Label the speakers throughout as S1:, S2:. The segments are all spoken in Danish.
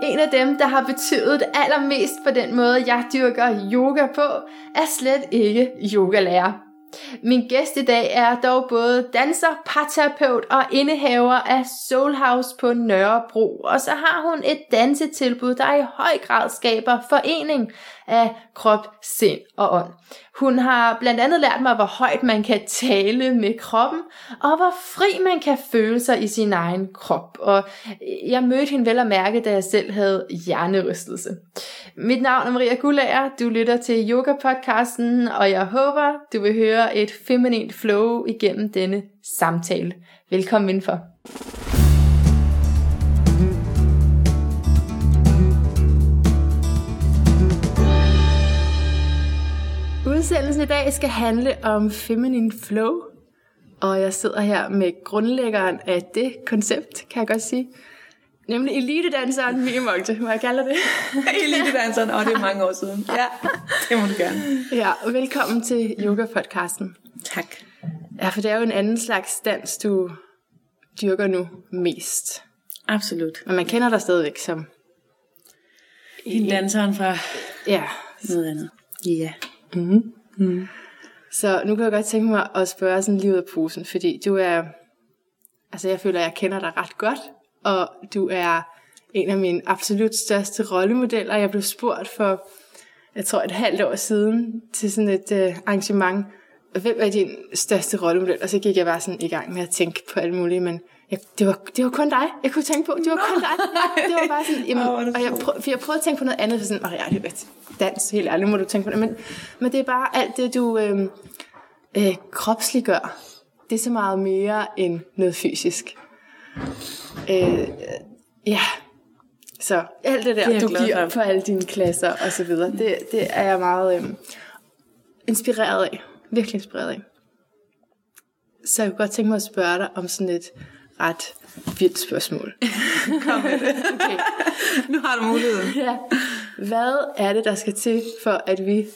S1: En af dem, der har betydet allermest for den måde, jeg dyrker yoga på, er slet ikke yogalærer. Min gæst i dag er dog både danser, parterapeut og indehaver af Soul House på Nørrebro. Og så har hun et dansetilbud, der i høj grad skaber forening af krop, sind og ånd. Hun har blandt andet lært mig, hvor højt man kan tale med kroppen, og hvor fri man kan føle sig i sin egen krop. Og jeg mødte hende vel at mærke, da jeg selv havde hjernerystelse. Mit navn er Maria Gullager, du lytter til Yoga-podcasten, og jeg håber, du vil høre et feminint flow igennem denne samtale. Velkommen indenfor. Udsendelsen i dag skal handle om Feminine Flow, og jeg sidder her med grundlæggeren af det koncept, kan jeg godt sige. Nemlig elitedanseren Mie Mogte, må jeg kalde dig det.
S2: Elitedanseren, og det er mange år siden. Ja, det må du gerne.
S1: Ja, og velkommen til Yoga-podcasten.
S2: Tak.
S1: Ja, for det er jo en anden slags dans, du dyrker nu mest.
S2: Absolut.
S1: Men man kender dig stadigvæk som...
S2: Hende danseren fra
S1: Ja.
S2: noget andet.
S1: Ja. Mm. Mm. Så nu kan jeg godt tænke mig at spørge sådan lige ud af posen, fordi du er... Altså, jeg føler, at jeg kender dig ret godt, og du er en af mine absolut største rollemodeller. Jeg blev spurgt for, jeg tror, et halvt år siden til sådan et øh, arrangement, hvem er din største rollemodel? Og så gik jeg bare sådan i gang med at tænke på alt muligt, men jeg, det, var, det var kun dig, jeg kunne tænke på. Det var kun dig. Det var bare sådan, jamen,
S2: Åh, hvor er det
S1: og jeg, prøv, for jeg prøvede at tænke på noget andet, for sådan, åh, jeg er dans, helt ærligt må du tænke på det. Men, men det er bare alt det, du øh, øh, kropsliggør. Det er så meget mere end noget fysisk. Øh, øh, ja, så alt det der,
S2: Det er jeg
S1: det du
S2: glad
S1: giver på
S2: for.
S1: alle dine klasser og så videre, det, det er jeg meget øh, inspireret af. Virkelig inspireret af. Så jeg kunne godt tænke mig at spørge dig om sådan et ret vildt spørgsmål. okay.
S2: Nu har du muligheden.
S1: Ja. Hvad er det, der skal til for, at vi,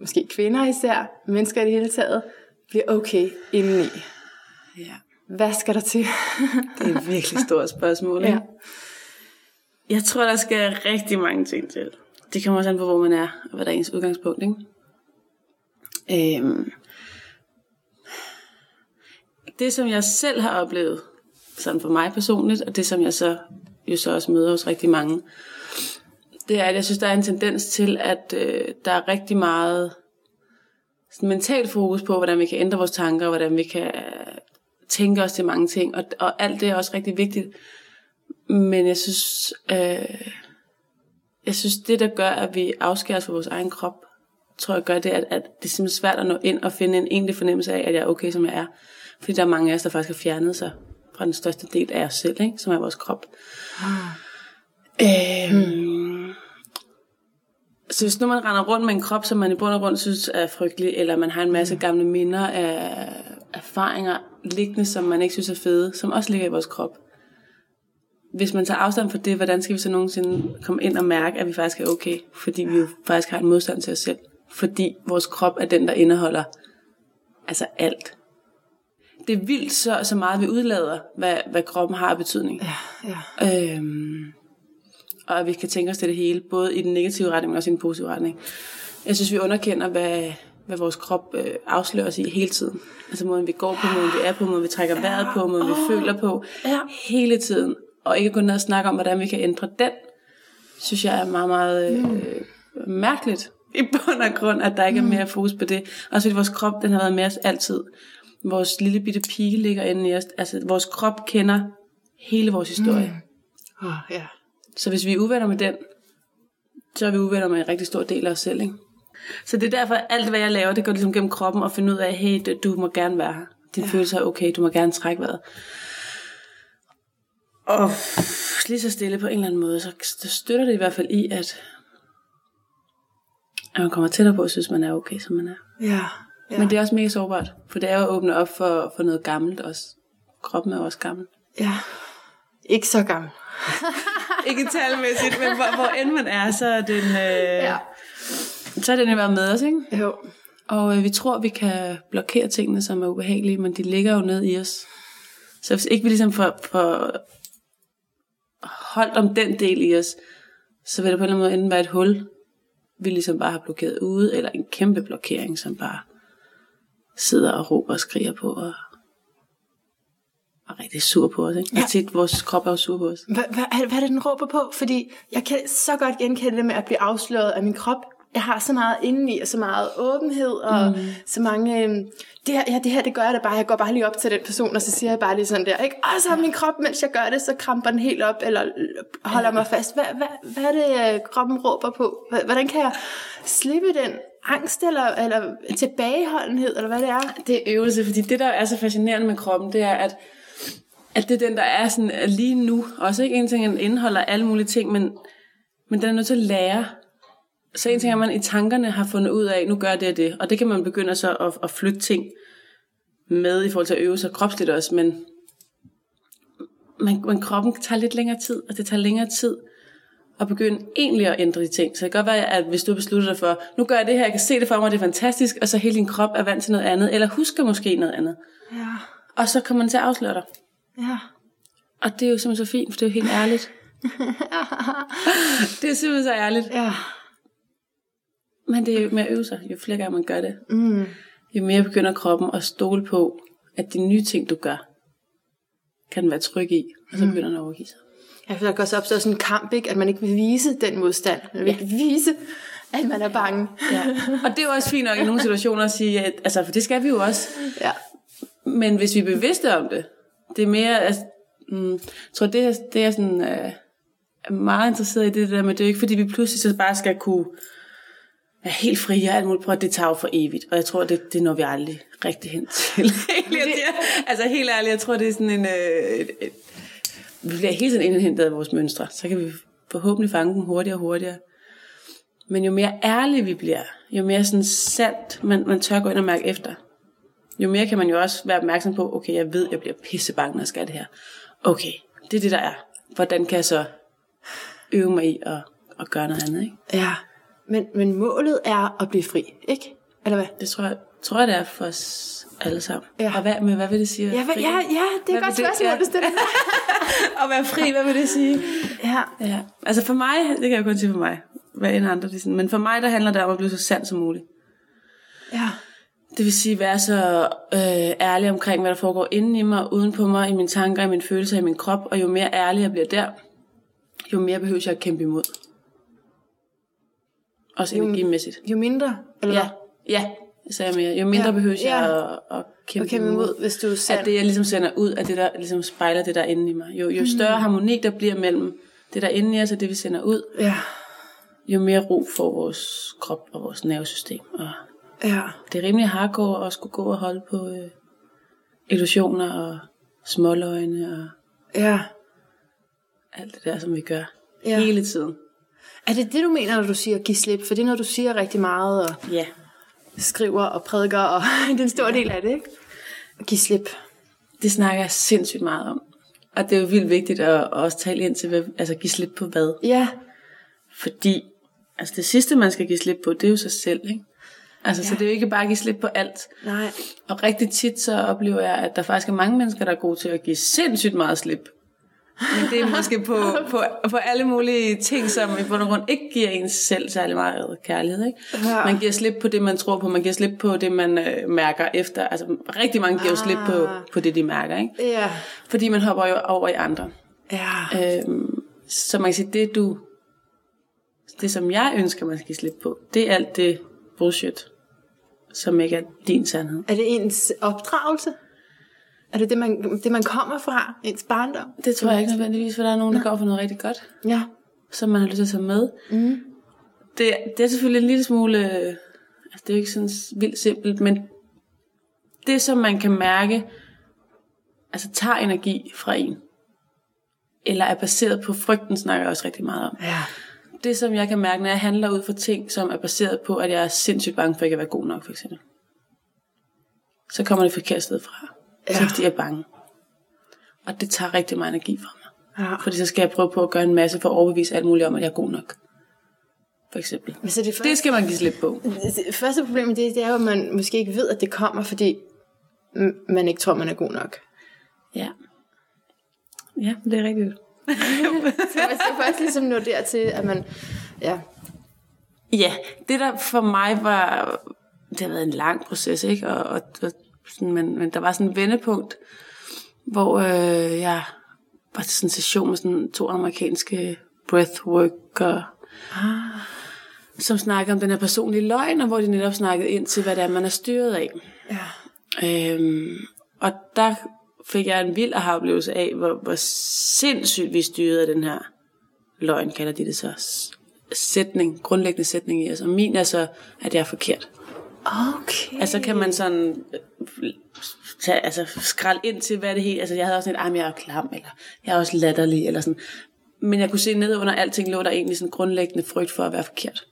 S1: måske kvinder især, mennesker i det hele taget, bliver okay indeni?
S2: Ja,
S1: Hvad skal der til?
S2: det er et virkelig stort spørgsmål. ikke?
S1: Ja.
S2: Jeg tror, der skal rigtig mange ting til. Det kommer også an på, hvor man er, og hvad der er ens udgangspunkt, ikke? Øhm, det, som jeg selv har oplevet, sådan for mig personligt, og det, som jeg så jo så også møder hos rigtig mange, det er, at jeg synes, der er en tendens til, at øh, der er rigtig meget sådan mentalt fokus på, hvordan vi kan ændre vores tanker, og hvordan vi kan øh, tænke os til mange ting, og, og alt det er også rigtig vigtigt, men jeg synes, øh, jeg synes det der gør, at vi afskærer os fra vores egen krop, tror jeg gør det, at, at det er simpelthen svært at nå ind og finde en egentlig fornemmelse af, at jeg er okay, som jeg er. Fordi der er mange af os, der faktisk har fjernet sig fra den største del af os selv, ikke? som er vores krop. Øhm, så hvis nu man render rundt med en krop, som man i bund og grund synes er frygtelig, eller man har en masse gamle minder af erfaringer liggende, som man ikke synes er fede, som også ligger i vores krop, hvis man tager afstand fra det, hvordan skal vi så nogensinde komme ind og mærke, at vi faktisk er okay? Fordi vi jo faktisk har en modstand til os selv. Fordi vores krop er den, der indeholder altså alt. Det er vildt så, så meget, vi udlader, hvad, hvad kroppen har af betydning.
S1: ja.
S2: Øhm, og at vi kan tænke os til det hele, både i den negative retning, men også i den positive retning. Jeg synes, vi underkender, hvad, hvad vores krop øh, afslører os i hele tiden. Altså måden, vi går på, måden, vi er på, måden, vi trækker vejret på, måden, vi føler på.
S1: Ja.
S2: Hele tiden. Og ikke kun ned og snakke om, hvordan vi kan ændre den, synes jeg er meget, meget øh, mærkeligt i bund og grund, at der ikke er mere fokus på det. Også fordi vores krop, den har været med os altid. Vores lille bitte pige ligger inde i os. Altså, vores krop kender hele vores historie. Mm.
S1: Oh, ja.
S2: Så hvis vi er uvenner med den, så er vi uvenner med en rigtig stor del af os selv, ikke? Så det er derfor, at alt hvad jeg laver, det går ligesom gennem kroppen og finde ud af, hey, du- du må gerne være her. Din ja. følelse er okay, du må gerne trække vejret. Og lige så stille på en eller anden måde, så så støtter det i hvert fald i, at, at man kommer tættere på at synes, man er okay, som man er.
S1: Ja.
S2: Ja. Men det er også mega sårbart, for det er jo at åbne op for, for noget gammelt også. Kroppen er jo også gammel.
S1: ja. Ikke så gammel.
S2: ikke talmæssigt, men hvor, hvor end man er, så er den, øh,
S1: Ja.
S2: ja. så er den jo bare med os, ikke?
S1: Jo.
S2: Og øh, vi tror, vi kan blokere tingene, som er ubehagelige, men de ligger jo ned i os. Så hvis ikke vi ligesom får, får holdt om den del i os, så vil det på en eller anden måde enten være et hul, vi ligesom bare har blokeret ude, eller en kæmpe blokering, som bare sidder og råber og skriger på, og er rigtig sur på os. Ikke? Ja.
S1: Ja.
S2: Og tit vores krop er jo sur på os.
S1: Hvad, hvad, er det- hvad er det, den råber på? Fordi jeg kan så godt genkende det med at blive afsløret af min krop. Jeg har så meget indeni, og så meget åbenhed, og mm. så mange... øhm, Det her, ja, det her, det gør jeg da bare. Jeg går bare lige op til den person, og så siger jeg bare lige sådan der, ikke? Og så er min krop, mens jeg gør det, så kramper den helt op, eller l- holder mig fast. Hvad, hvad, hvad er det, øh, kroppen råber på? Hva- Hvordan kan jeg slippe den angst, eller, eller tilbageholdenhed, eller hvad det er?
S2: det er øvelse, fordi det, der er så fascinerende med kroppen, det er, at, at det er den, der er sådan er lige nu. Også ikke en ting, den indeholder alle mulige ting, men, men den er nødt til at lære. Så en ting er, at man i tankerne har fundet ud af, nu gør det og det, og det kan man begynde så at, at flytte ting med i forhold til at øve sig kropsligt også, men, men, men kroppen tager lidt længere tid, og det tager længere tid at begynde egentlig at ændre de ting. Så det kan godt være, at hvis du beslutter dig for, nu gør jeg det her, jeg kan se det for mig, det er fantastisk, og så hele din krop er vant til noget andet, eller husker måske noget andet.
S1: Ja,
S2: Og så kommer den til at afsløre dig.
S1: ja.
S2: Og det er jo simpelthen så fint, for det er jo helt ærligt. det er simpelthen så ærligt.
S1: Ja.
S2: Men det er jo med at øve sig. Jo flere gange man gør det,
S1: Mm.
S2: jo mere begynder kroppen at stole på, at de nye ting, du gør, kan den være tryg i. Og så begynder den at overgive sig.
S1: Ja, for der kan også opstå sådan en kamp, ikke? at man ikke vil vise den modstand. Man vil ikke vise, at man er bange.
S2: Ja. Og det er jo også fint nok i nogle situationer at sige, at, altså, for det skal vi jo også.
S1: Ja.
S2: Men hvis vi er bevidste om det, det er mere, altså, mm, jeg tror, det, er- det er sådan, øh, er meget interesseret i det der med, det er jo ikke fordi, vi pludselig så bare skal kunne være helt frie og alt muligt, prøv at det tager jo for evigt, og jeg tror, det, det når vi aldrig rigtig hen til. Egentlig, jeg siger- altså helt ærligt, jeg tror, det er sådan en, øh, et, et, vi bliver hele tiden indhentet af vores mønstre, så kan vi forhåbentlig fange dem hurtigere og hurtigere. Men jo mere ærlige vi bliver, jo mere sådan sandt man, man tør gå ind og mærke efter, jo mere kan man jo også være opmærksom på, okay, jeg ved, jeg bliver pissebange, når jeg skal det her. Okay, det er det, der er. Hvordan kan jeg så øve mig i at, at gøre noget andet, ikke?
S1: ja. Men, men målet er at blive fri, ikke? Eller hvad?
S2: Det tror jeg, tror jeg det er for os alle sammen.
S1: Ja.
S2: Og hvad, men hvad vil det sige? at
S1: Ja, hvad,
S2: fri?
S1: ja, ja, det er
S2: Hvad
S1: et godt
S2: vil
S1: spørgsmål,
S2: ja.
S1: det, ja.
S2: At være fri, hvad vil det sige?
S1: ja.
S2: Ja. Altså for mig, det kan jeg kun sige for mig, hvad end andre. det er sådan. Men for mig, der handler det om at blive så sand som muligt.
S1: ja.
S2: Det vil sige, være så øh, ærlig omkring, hvad der foregår inden i mig, uden på mig, i mine tanker, i mine følelser, i min krop. Og jo mere ærlig jeg bliver der, jo mere behøver jeg at kæmpe imod. Også energimæssigt.
S1: Jo mindre, eller
S2: Ja,
S1: ja.
S2: ja, sagde jeg mere. Jo mindre
S1: Ja,
S2: ja. behøver jeg
S1: ja.
S2: at, at kæmpe,
S1: Okay, men mod, hvis du er sand.
S2: At det, jeg ligesom sender ud, at det der ligesom spejler det der inde i mig. Jo,
S1: Mm.
S2: jo større harmoni der bliver mellem det der inde i os og det, vi sender ud,
S1: Ja.
S2: jo mere ro får vores krop og vores nervesystem. Og
S1: Ja.
S2: det er rimelig hardcore at skulle gå og holde på øh, illusioner og småløgne og
S1: Ja.
S2: alt det der, som vi gør
S1: Ja.
S2: ja. hele tiden.
S1: Er det det, du mener, når du siger give slip? For det er noget, du siger rigtig meget, og
S2: Ja.
S1: skriver og prædiker, og det er en stor del af det, ikke? At give slip.
S2: Det snakker jeg sindssygt meget om. Og det er jo vildt vigtigt at, at også tale ind til, hvad, altså give slip på hvad.
S1: Ja.
S2: Fordi altså det sidste, man skal give slip på, det er jo sig selv, ikke? Altså, ja. så det er jo ikke bare at give slip på alt.
S1: Nej.
S2: Og rigtig tit så oplever jeg, at der faktisk er mange mennesker, der er gode til at give sindssygt meget slip. Men det er måske på, på, på alle mulige ting, som i bund og grund ikke giver ens selv særlig meget kærlighed. Ikke?
S1: Ja.
S2: Man giver slip på det, man tror på. Man giver slip på det, man øh, mærker efter. Altså rigtig mange giver jo slip på,
S1: Ah.
S2: på det, de mærker. Ikke?
S1: Ja.
S2: Fordi man hopper jo over i andre.
S1: Ja.
S2: Øhm, så man kan sige, det du... Det, som jeg ønsker, man skal give slip på, det er alt det bullshit, som ikke er din sandhed.
S1: Er det ens opdragelse? Er det det, man, det, man kommer fra? Ens barndom?
S2: Det tror jeg ikke nødvendigvis, for der er nogen, der går for noget rigtig godt,
S1: Ja.
S2: som man har lyst til at tage med. Mm. Det, det er selvfølgelig en lille smule... øh, Altså, det er jo ikke sådan vildt simpelt, men det, som man kan mærke, altså tager energi fra en, eller er baseret på frygten, snakker jeg også rigtig meget om.
S1: Ja.
S2: Det, som jeg kan mærke, når jeg handler ud for ting, som er baseret på, at jeg er sindssygt bange for ikke at være god nok, for eksempel. Så kommer det forkert sted fra. Ja.
S1: Ja.
S2: Så er det, fordi jeg er bange. Og det tager rigtig meget energi fra mig.
S1: ja.
S2: Fordi så skal jeg prøve på at gøre en masse for at overbevise alt muligt om, at jeg er god nok. For eksempel.
S1: Men så det, første,
S2: Det skal man give slip på.
S1: det første problem med det, det er jo, at man måske ikke ved, at det kommer, fordi m- man ikke tror, man er god nok.
S2: Ja. Ja, det er rigtigt.
S1: så man skal først ligesom nå dertil, at man... Ja.
S2: Ja, det der for mig var, det har været en lang proces, ikke? Og, og, og sådan, men, men der var sådan en vendepunkt, hvor øh, jeg var til sådan en session med sådan to amerikanske breathworker, ah. som snakkede om den her personlige løgn, og hvor de netop snakkede ind til, hvad det er, man er styret af.
S1: ja.
S2: Øhm, og der fik jeg en vild oplevelse af, hvor, hvor sindssygt vi styrede den her løgn, kalder de det så, s- sætning, grundlæggende sætning i os. Og min er så, at jeg er forkert.
S1: Okay.
S2: Altså kan man sådan øh, tage, altså, skralde ind til, hvad det hele... Altså jeg havde også sådan et, ah, men jeg er jo klam, eller jeg er også latterlig, eller sådan. Men jeg kunne se ned under alting lå der egentlig sådan en grundlæggende frygt for at være forkert.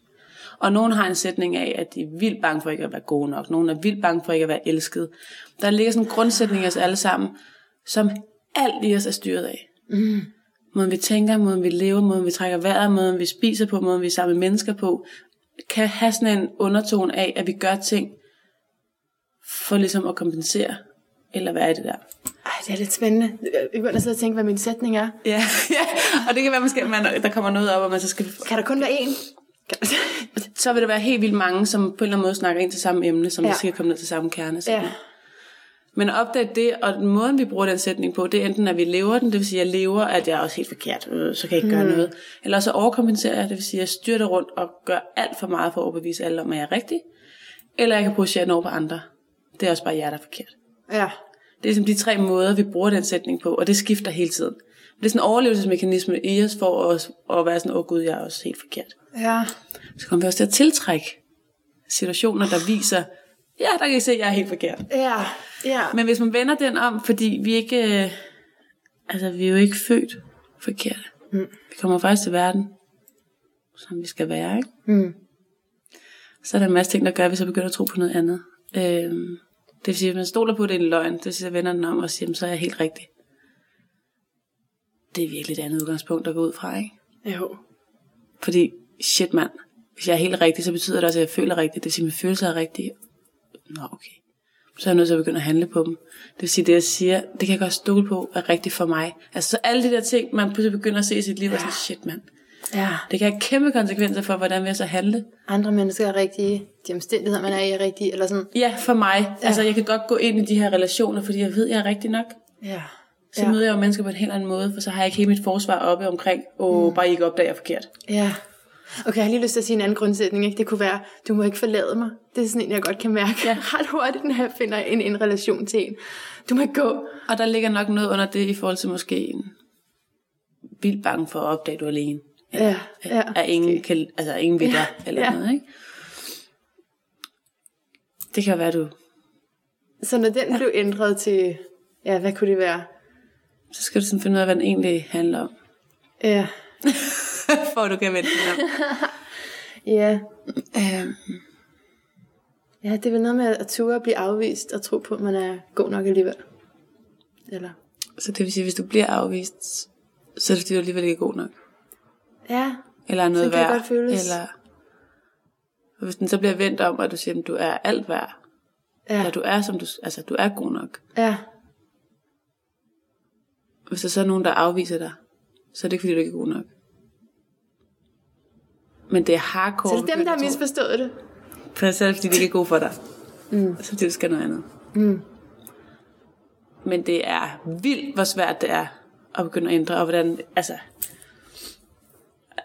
S2: Og nogen har en sætning af, at de er vildt bange for ikke at være gode nok. Nogen er vildt bange for ikke at være elsket. Der ligger sådan en grundsætning i os alle sammen, som alt i os er styret af. Måden vi tænker, måden vi lever, måden vi trækker vejret, måden vi spiser på, måden vi er sammen med mennesker på, kan have sådan en undertone af, at vi gør ting for ligesom at kompensere, eller hvad er det der?
S1: Ej, det er lidt spændende. Jeg begynder at sidde og tænke, hvad min sætning er.
S2: Ja, ja. og det kan være måske, at man, der kommer noget op, og man så skal...
S1: Kan der kun være én? Kan...
S2: Så vil der være helt vildt mange, som på en eller anden måde snakker ind til samme emne, som ja.
S1: Ja.
S2: skal komme ned til samme kerne.
S1: ja.
S2: sådan. Men at opdage det, og den måde, vi bruger den sætning på, det er enten, at vi lever den, det vil sige, at jeg lever, at jeg er også helt forkert, øh, så kan jeg ikke gøre noget. Eller så overkompenserer jeg, det vil sige, at jeg styrter rundt og gør alt for meget for at overbevise alle om, at jeg er rigtig. Eller jeg kan projicere den over på andre. Det er også bare jer, der er forkert.
S1: Ja.
S2: Det er ligesom de tre måder, vi bruger den sætning på, og det skifter hele tiden. Det er sådan en overlevelsesmekanisme i os for os at være sådan, åh oh, gud, jeg er også helt forkert.
S1: Ja.
S2: Så kommer vi også til at tiltrække situationer, der viser, ja, der kan I se, at jeg er helt forkert.
S1: Ja. Ja.
S2: Men hvis man vender den om, fordi vi ikke, øh, altså vi er jo ikke født forkerte. Mm. Vi kommer faktisk til verden, som vi skal være, ikke?
S1: Mm.
S2: Så er der en masse ting, der gør, at vi så begynder at tro på noget andet. Øhm, det vil sige, at man stoler på, at det er en løgn. Det vil sige, at jeg vender den om og siger, "Jamen, så er jeg helt rigtig. Det er virkelig et andet udgangspunkt at gå ud fra, ikke?
S1: Jo.
S2: Fordi, shit mand, hvis jeg er helt rigtig, så betyder det også, at jeg føler rigtigt. Det vil sige, at mine følelser er rigtige. Nå, okay. Så er jeg nødt til at begynde at handle på dem. Det vil sige, at det jeg siger, det kan jeg godt stole på, er rigtigt for mig. Altså så alle de der ting, man pludselig begynder at se i sit liv, ja. og sådan, shit mand.
S1: Ja.
S2: Det kan have kæmpe konsekvenser for, hvordan vil jeg så handle.
S1: Andre mennesker er rigtige. De omstændigheder, man er i, er rigtige. Eller sådan.
S2: Ja, for mig. Ja. Altså jeg kan godt gå ind i de her relationer, fordi jeg ved, jeg er rigtig nok.
S1: Ja.
S2: Så ja. møder jeg jo mennesker på en helt anden måde, for så har jeg ikke hele mit forsvar oppe omkring, og mm. bare I ikke opdager jeg er forkert.
S1: Ja. Okay, jeg har lige lyst til at sige en anden grundsætning. Ikke? Det kunne være, du må ikke forlade mig. Det er sådan en, jeg godt kan mærke ja. ret hurtigt, når jeg finder en, en relation til en. Du må ikke gå.
S2: Og der ligger nok noget under det i forhold til måske en vildt bange for at opdage, at du er alene.
S1: Ja, ja.
S2: At ingen, kan, altså, at ingen ved dig, eller
S1: ja.
S2: noget, ikke? Det kan jo være, du...
S1: Så når den blev ændret til, ja, hvad kunne det være?
S2: Så skal du sådan finde ud af, hvad den egentlig handler om.
S1: Ja,
S2: for at du kan vente den om.
S1: ja.
S2: Øhm,
S1: ja det er vel noget med at ture at blive afvist og tro på, at man er god nok alligevel. Eller?
S2: så det vil sige, at hvis du bliver afvist, så er det fordi, du alligevel ikke er god nok.
S1: Ja,
S2: Eller er noget
S1: Sådan kan det
S2: værd.
S1: godt føles.
S2: Eller... Og hvis den så bliver vendt om, og du siger, at du er alt værd. Ja. Eller
S1: ja,
S2: du er, som du... Altså, du er god nok.
S1: ja.
S2: Hvis der så er nogen, der afviser dig, så er det ikke, fordi du ikke er god nok. Men det er hardcore.
S1: Så det er dem, der har
S2: at tro.
S1: misforstået det.
S2: For så er det, fordi det ikke er god for dig. Mm. Så det skal noget andet. Mm. Men det er vildt, hvor svært det er at begynde at ændre, og hvordan, altså,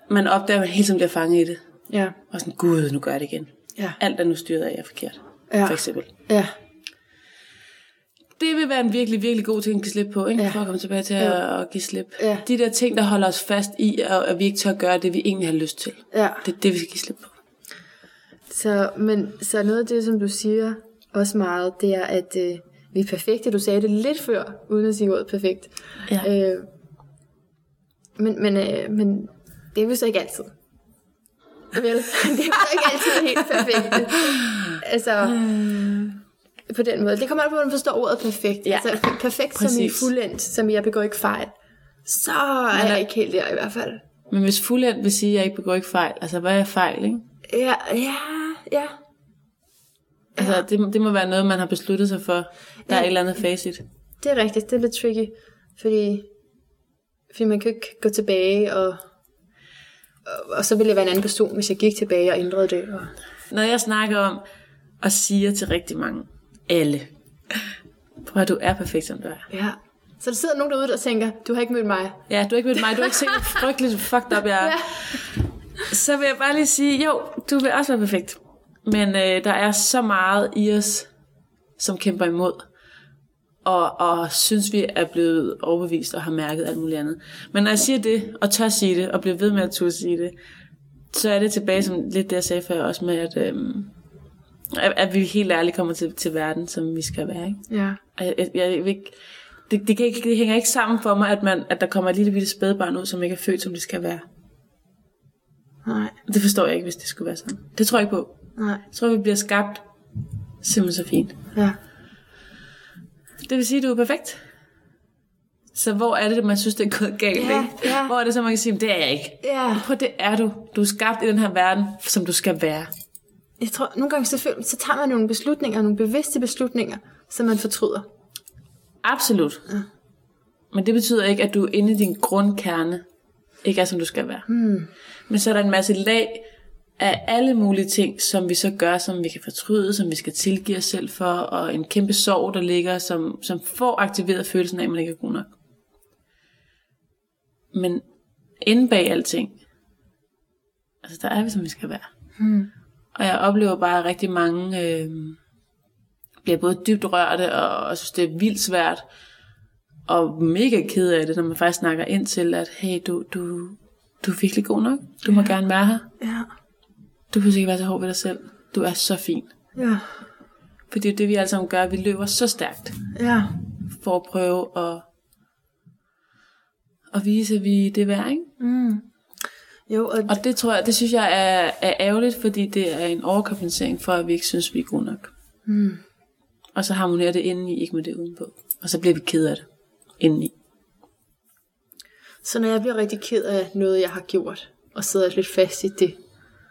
S2: man opdager, at man hele tiden bliver fanget i det.
S1: Ja,
S2: Og sådan, gud, nu gør jeg det igen.
S1: ja,
S2: Alt er nu styret af, jeg er forkert.
S1: Ja.
S2: For eksempel.
S1: ja.
S2: Det vil være en virkelig, virkelig god ting at give slip på, ikke? Ja.
S1: Ja.
S2: for at komme tilbage til at, at give slip.
S1: Ja.
S2: De der ting, der holder os fast i, og at vi ikke tør gøre det, vi egentlig har lyst til.
S1: Ja.
S2: Det er det, vi skal give slip på.
S3: Så, men, så noget af det, som du siger også meget, det er, at øh, vi er perfekte. Du sagde det lidt før, uden at sige ordet perfekt.
S2: Ja.
S3: Øh, men, men, øh, men det er vi så ikke altid. Vel, det er vi så ikke altid helt perfekte. Altså, på den måde. Det kommer an på, hvordan man forstår ordet perfekt.
S2: Øh. Ja.
S3: Altså, per- perfekt som i
S2: Præcis.
S3: fuldendt, som i, jeg begår ikke fejl. Så er jeg ikke helt der i hvert fald.
S2: Men hvis fuldendt vil sige, at jeg ikke begår ikke fejl, altså hvad er fejl, ikke?
S3: Ja, ja, ja.
S2: Altså det, det må være noget, man har besluttet sig for. Der er et eller andet facit.
S3: Det er rigtigt, det er lidt tricky, fordi
S1: Fordi man kan ikke gå tilbage, og, og, og så ville jeg være en anden person, hvis jeg gik tilbage og ændrede det. Og,
S2: Når jeg snakker om og siger til rigtig mange, alle, prøv at du er perfekt, som du er.
S1: ja. Så der sidder nogen derude, der tænker, du har ikke mødt mig.
S2: Ja, du har ikke mødt mig, du har ikke set, hvor frygteligt fucked up jeg er. Så vil jeg bare lige sige, jo, du vil også være perfekt. Men øh, der er så meget i os, som kæmper imod. Og, og synes, vi er blevet overbevist og har mærket alt muligt andet. Men når jeg siger det, og tør sige det, og bliver ved med at tør sige det, så er det tilbage som lidt det, jeg sagde før, også med, at, øhm, at, at vi helt ærligt kommer til, til verden, som vi skal være. Ikke?
S1: Ja.
S2: Og Jeg, jeg, jeg vil ikke, det, det, kan ikke, det hænger ikke sammen for mig, at, man, at der kommer et lille bitte spædbarn ud, som ikke er født, som det skal være.
S1: Nej,
S2: Det forstår jeg ikke, hvis det skulle være sådan. Det tror jeg ikke på.
S1: nej,
S2: Jeg tror, vi bliver skabt simpelthen så fint.
S1: ja.
S2: Det vil sige, at du er perfekt. Så hvor er det, man synes, det er gået galt?
S1: Ja,
S2: ikke?
S1: ja.
S2: Hvor er det så, man kan sige, "Men det er jeg ikke.
S1: Ja.
S2: Prøv, det er du. Du er skabt i den her verden, som du skal være.
S1: Jeg tror, nogle gange så, føler, så tager man nogle beslutninger, nogle bevidste beslutninger, som man fortryder.
S2: Absolut. Ja. Men det betyder ikke, at du inde i din grundkerne ikke er, som du skal være. Hmm. Men så er der en masse lag af alle mulige ting, som vi så gør, som vi kan fortryde, som vi skal tilgive os selv for, og en kæmpe sorg, der ligger, som, som får aktiveret følelsen af, at man ikke er god nok. Men inde bag alting, altså der er vi, som vi skal være. Hmm. Og jeg oplever bare at rigtig mange... Øh, bliver både dybt rørte og, og synes, det er vildt svært og mega ked af det, når man faktisk snakker ind til, at hey, du, du, du er virkelig god nok. Du må gerne være her.
S1: Ja,
S2: Du behøver ikke være så hård ved dig selv. Du er så fin.
S1: ja,
S2: For det er jo det, vi alle sammen gør. Vi løber så stærkt
S1: ja.
S2: for at prøve at, at vise, at vi er det er værd, ikke?
S1: Jo, og,
S2: Og det tror jeg, det synes jeg er, er ærgerligt, fordi det er en overkompensering for, at vi ikke synes, vi er gode nok. Mm. Og så harmonerer det indeni, ikke med det udenpå. Og så bliver vi ked af det indeni.
S1: så når jeg bliver rigtig ked af noget, jeg har gjort, og sidder lidt fast i det,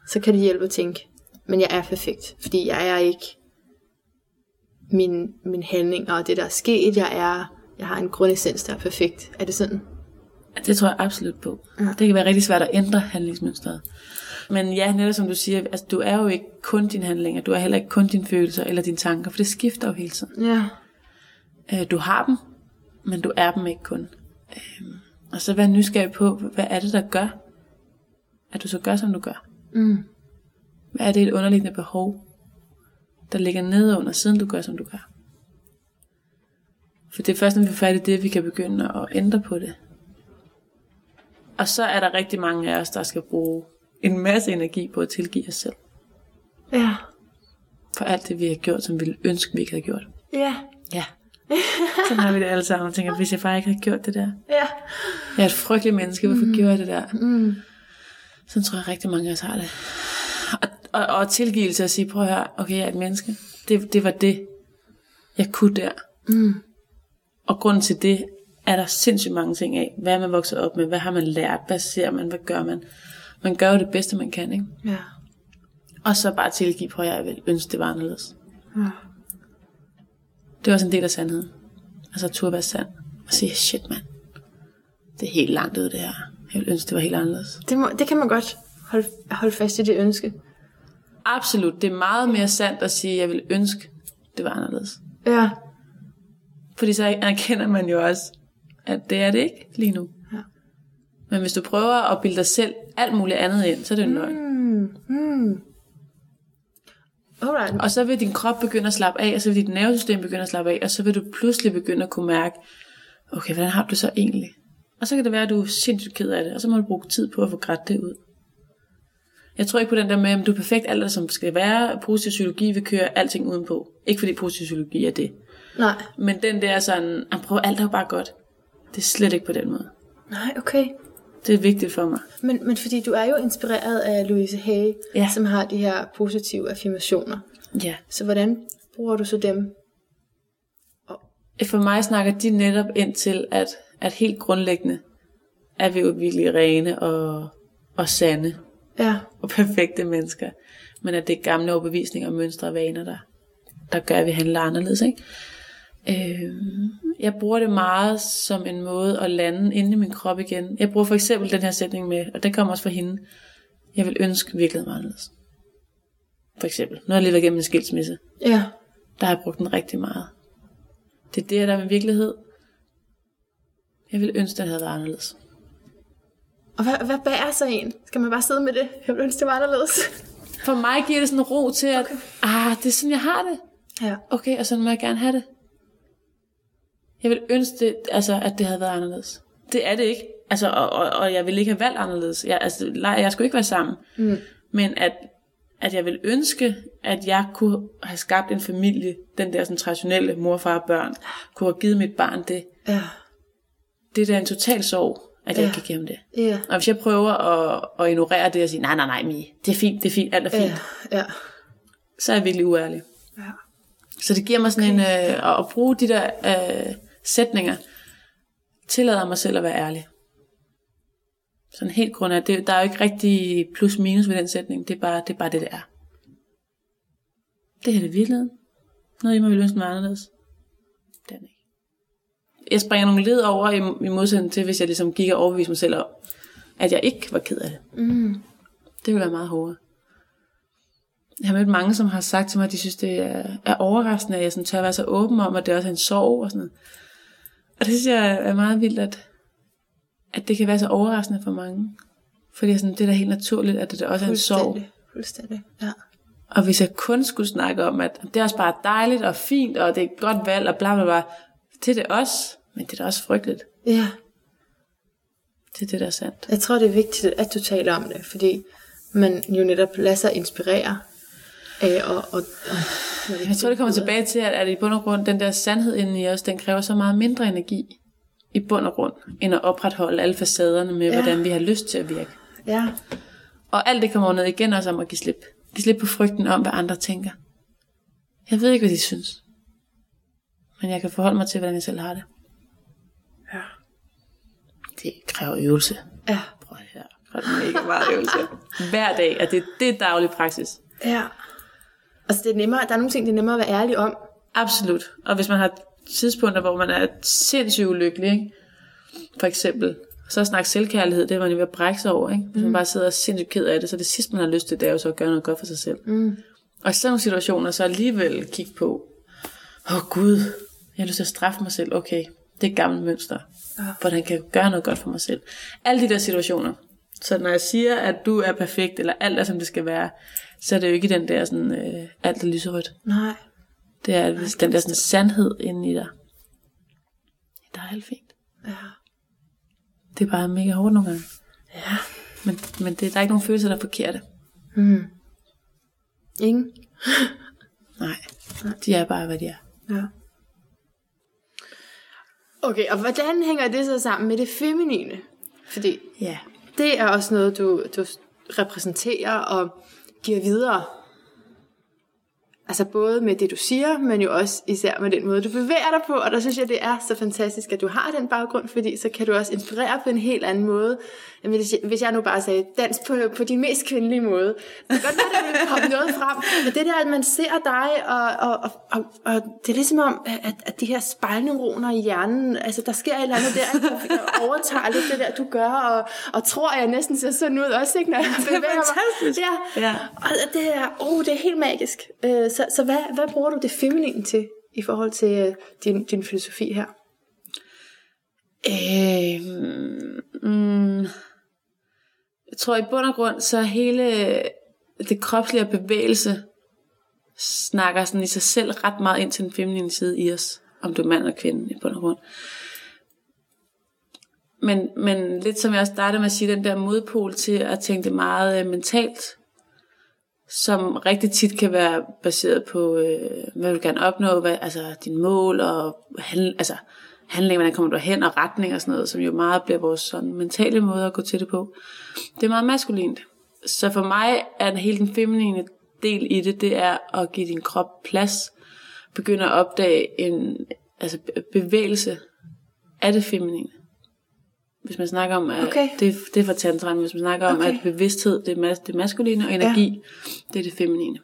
S1: så kan det hjælpe at tænke, men jeg er perfekt, fordi jeg er ikke min, min handling og det, der er sket. Jeg, er, jeg har en grundessens, der er perfekt. Er det sådan?
S2: Det tror jeg absolut på. Ja. Det kan være rigtig svært at ændre handlingsmønstret. Men ja, netop som du siger, altså, du er jo ikke kun dine handlinger, du er heller ikke kun dine følelser eller dine tanker, for det skifter jo hele tiden.
S1: Ja.
S2: Øh, Du har dem, men du er dem ikke kun. Øhm, Og så vær nysgerrig på, hvad er det, der gør, at du så gør, som du gør?
S1: Mm.
S2: Hvad er det et underliggende behov, der ligger nedenunder, siden du gør, som du gør? For det er først, når vi får fat i det, vi kan begynde at ændre på det. Og så er der rigtig mange af os, der skal bruge en masse energi på at tilgive os selv.
S1: Ja.
S2: For alt det, vi har gjort, som vi ville ønske, vi ikke havde gjort.
S1: Ja.
S2: Ja. Sådan har vi det alle sammen. Jeg tænker, hvis jeg bare ikke havde gjort det der.
S1: Ja.
S2: Jeg er et frygteligt menneske, hvorfor mm. gjorde jeg det der? Mm. Sådan tror jeg rigtig mange af os har det. Og, og, og tilgivelse at sige, prøv at høre, okay, jeg er et menneske. Det, det var det, jeg kunne der. Mm. Og grunden til det, er der sindssygt mange ting af. Hvad er man vokset op med? Hvad har man lært? Hvad ser man? Hvad gør man? Man gør jo det bedste, man kan, ikke?
S1: Ja.
S2: Og så bare tilgive, prøv at høre, jeg vil ønske, det var anderledes.
S1: Ja.
S2: Det er også en del af sandheden. Altså at turde være sand. Og sige, shit mand, det er helt langt ud det her. Jeg vil ønske, det var helt anderledes.
S1: Det, må, det kan man godt holde, holde fast i det ønske.
S2: Absolut. Det er meget mere sandt at sige, at jeg ville ønske, det var anderledes.
S1: Ja.
S2: Fordi så erkender man jo også, at det er det ikke lige nu.
S1: Ja.
S2: Men hvis du prøver at bilde dig selv alt muligt andet ind, så er det en løgn.
S1: Alright.
S2: Og så vil din krop begynde at slappe af, og så vil dit nervesystem begynde at slappe af, og så vil du pludselig begynde at kunne mærke, okay, hvordan har du det så egentlig? Og så kan det være, at du er sindssygt ked af det, og så må du bruge tid på at få grædt det ud. Jeg tror ikke på den der med, at du er perfekt, alt er, som skal være, positiv psykologi vil køre alting udenpå. Ikke fordi positiv psykologi er det.
S1: Nej.
S2: Men den der sådan, at prøve alt er jo bare godt. Det er slet ikke på den måde.
S1: Nej, okay.
S2: Det er vigtigt for mig.
S1: Men, men fordi du er jo inspireret af Louise Hay,
S2: Ja.
S1: som har de her positive affirmationer.
S2: Ja.
S1: Så hvordan bruger du så dem?
S2: For mig snakker de netop ind til, at, at helt grundlæggende er vi jo virkelig rene og, og sande
S1: Ja,
S2: og perfekte mennesker. Men at det er gamle overbevisninger, mønstre og vaner, der, der gør, at vi handler anderledes. Ikke? Øh, jeg bruger det meget som en måde at lande inde i min krop igen. Jeg bruger for eksempel den her sætning med, og den kommer også fra hende. Jeg vil ønske virkeligheden var anderledes. For eksempel. Nu har jeg lige været igennem en skilsmisse.
S1: Ja.
S2: Der har jeg brugt den rigtig meget. Det er det, der er min virkelighed. Jeg ville ønske, den havde været anderledes.
S1: Og hvad, hvad bærer så en? Skal man bare sidde med det? Jeg ville ønske, det var anderledes.
S2: For mig giver det sådan ro til, at okay. ah, det er sådan, jeg har det.
S1: Ja.
S2: Okay, og sådan må jeg gerne have det. Jeg vil ønske, det, altså, at det havde været anderledes. Det er det ikke. Altså, og, og, og jeg vil ikke have valgt anderledes. Jeg, altså, nej, jeg skulle ikke være sammen.
S1: Mm.
S2: Men at, at jeg vil ønske, at jeg kunne have skabt en familie, den der sådan, traditionelle mor, far og børn, kunne have givet mit barn det.
S1: Ja.
S2: Det er da en total sorg, at jeg
S1: Ja.
S2: ikke kan give ham det.
S1: Ja.
S2: Og hvis jeg prøver at, at ignorere det og sige, nej, nej, nej, Mie, det er fint, det er fint, alt er fint,
S1: Ja. Ja.
S2: så er jeg virkelig uærlig.
S1: Ja.
S2: Så det giver mig sådan okay. en, øh, at- at bruge de der øh, sætninger, tillader mig selv at være ærlig. Sådan helt grund af, det, der er jo ikke rigtig plus minus ved den sætning, det er bare det, er bare det, det er. Det her det er virkeligheden. Noget i mig vil ønske mig anderledes. Det er den ikke. Jeg springer nogle led over i, i modsætning til, hvis jeg ligesom gik og overbeviste mig selv om, at jeg ikke var ked af det. Mm. Det ville være meget hårdere. Jeg har mødt mange, som har sagt til mig, at de synes, det er, er overraskende, at jeg sådan tør være så åben om, at det også er en sorg og sådan noget. Og det synes jeg er meget vildt, at, at det kan være så overraskende for mange. Fordi sådan, det er da helt naturligt, at det da også er en sorg.
S1: Fuldstændig. Fuldstændig. Ja.
S2: Og hvis jeg kun skulle snakke om, at det er også bare dejligt og fint, og det er et godt valg, og bla bla bla, til det er også, men det er da også frygteligt.
S1: Ja.
S2: Det er det, der er sandt.
S1: Jeg tror, det er vigtigt, at du taler om det, fordi man jo netop lader sig inspirere af og, og, og
S2: Jeg tror, det kommer tilbage til, at, at i bund og grund, den der sandhed inde i os, den kræver så meget mindre energi i bund og grund, end at opretholde alle facaderne med, ja. hvordan vi har lyst til at virke.
S1: Ja.
S2: Og alt det kommer jo ned igen også om at give slip. Give slip på frygten om, hvad andre tænker. Jeg ved ikke, hvad de synes. Men jeg kan forholde mig til, hvordan jeg selv har det.
S1: Ja.
S2: Det kræver øvelse.
S1: Ja.
S2: Prøv at høre. Kræver mega meget øvelse. Hver dag, og det, det er daglig praksis.
S1: Ja. Altså, det er nemmere, der er nogle ting, det er nemmere at være ærlig om.
S2: Absolut. Og hvis man har tidspunkter, hvor man er sindssygt ulykkelig, ikke? for eksempel, så snak selvkærlighed, det er man jo ved at brække sig over. Ikke? Hvis man bare sidder og er sindssygt ked af det, så det sidste, man har lyst til, det er jo så at gøre noget godt for sig selv. Mm. Og i sådan nogle situationer, så alligevel kigge på, åh oh, Gud, jeg har lyst til at straffe mig selv. Okay, det er et gammelt mønster. Hvordan kan jeg gøre noget godt for mig selv? Alle de der situationer. Så når jeg siger, at du er perfekt, eller alt er, som det skal være, så er det jo ikke den der sådan, øh, alt er lyserødt.
S1: Nej.
S2: Det er hvis den der sådan sandhed inde i dig. Der er alt fint.
S1: Ja.
S2: Det er bare mega hårdt nogle gange. Ja. Men, men det, der er ikke nogen følelser, der er forkerte.
S1: Ingen?
S2: Nej. De er bare, hvad de er.
S1: Ja. Okay, og hvordan hænger det så sammen med det feminine? Fordi
S2: Ja.
S1: det er også noget, du, du repræsenterer og giver videre. Altså både med det, du siger, men jo også især med den måde, du bevæger dig på. Og der synes jeg, det er så fantastisk, at du har den baggrund, fordi så kan du også inspirere på en helt anden måde. end Hvis jeg, hvis jeg nu bare sagde, dans på, på din mest kvindelige måde. Det kan godt være, der ville komme noget frem. Men det der, at man ser dig, og, og, og, og, og det er ligesom om, at, at de her spejlneuroner i hjernen, altså der sker et eller andet der, at jeg overtager lidt det der, du gør, og, og tror, at jeg næsten ser sådan ud også, ikke, når jeg bevæger mig.
S2: fantastisk.
S1: Ja.
S2: Ja.
S1: ja. Og det er, oh, det er helt magisk. Øh, Så, så hvad, hvad bruger du det feminine til i forhold til øh, din, din filosofi her?
S2: Øh, mm, jeg tror i bund og grund, så hele øh, det kropslige og bevægelse snakker sådan i sig selv ret meget ind til den feminine side i os, om du er mand eller kvinde i bund og grund. Men, men lidt som jeg også startede med at sige, den der modpol til at tænke det meget øh, mentalt, som rigtig tit kan være baseret på, øh, hvad vil du gerne opnå, hvad, altså dine mål og handl, altså, handling, hvordan kommer du hen og retning og sådan noget, som jo meget bliver vores sådan, mentale måde at gå til det på. Det er meget maskulint. Så for mig er den hele den feminine del i det, det er at give din krop plads, begynde at opdage en altså, be- bevægelse af det feminine. Hvis man snakker om, at
S1: Okay.
S2: det, det er for tantraen, hvis man snakker om,
S1: Okay.
S2: at bevidsthed det er mas- det maskuline, og energi energi, det er det feminine.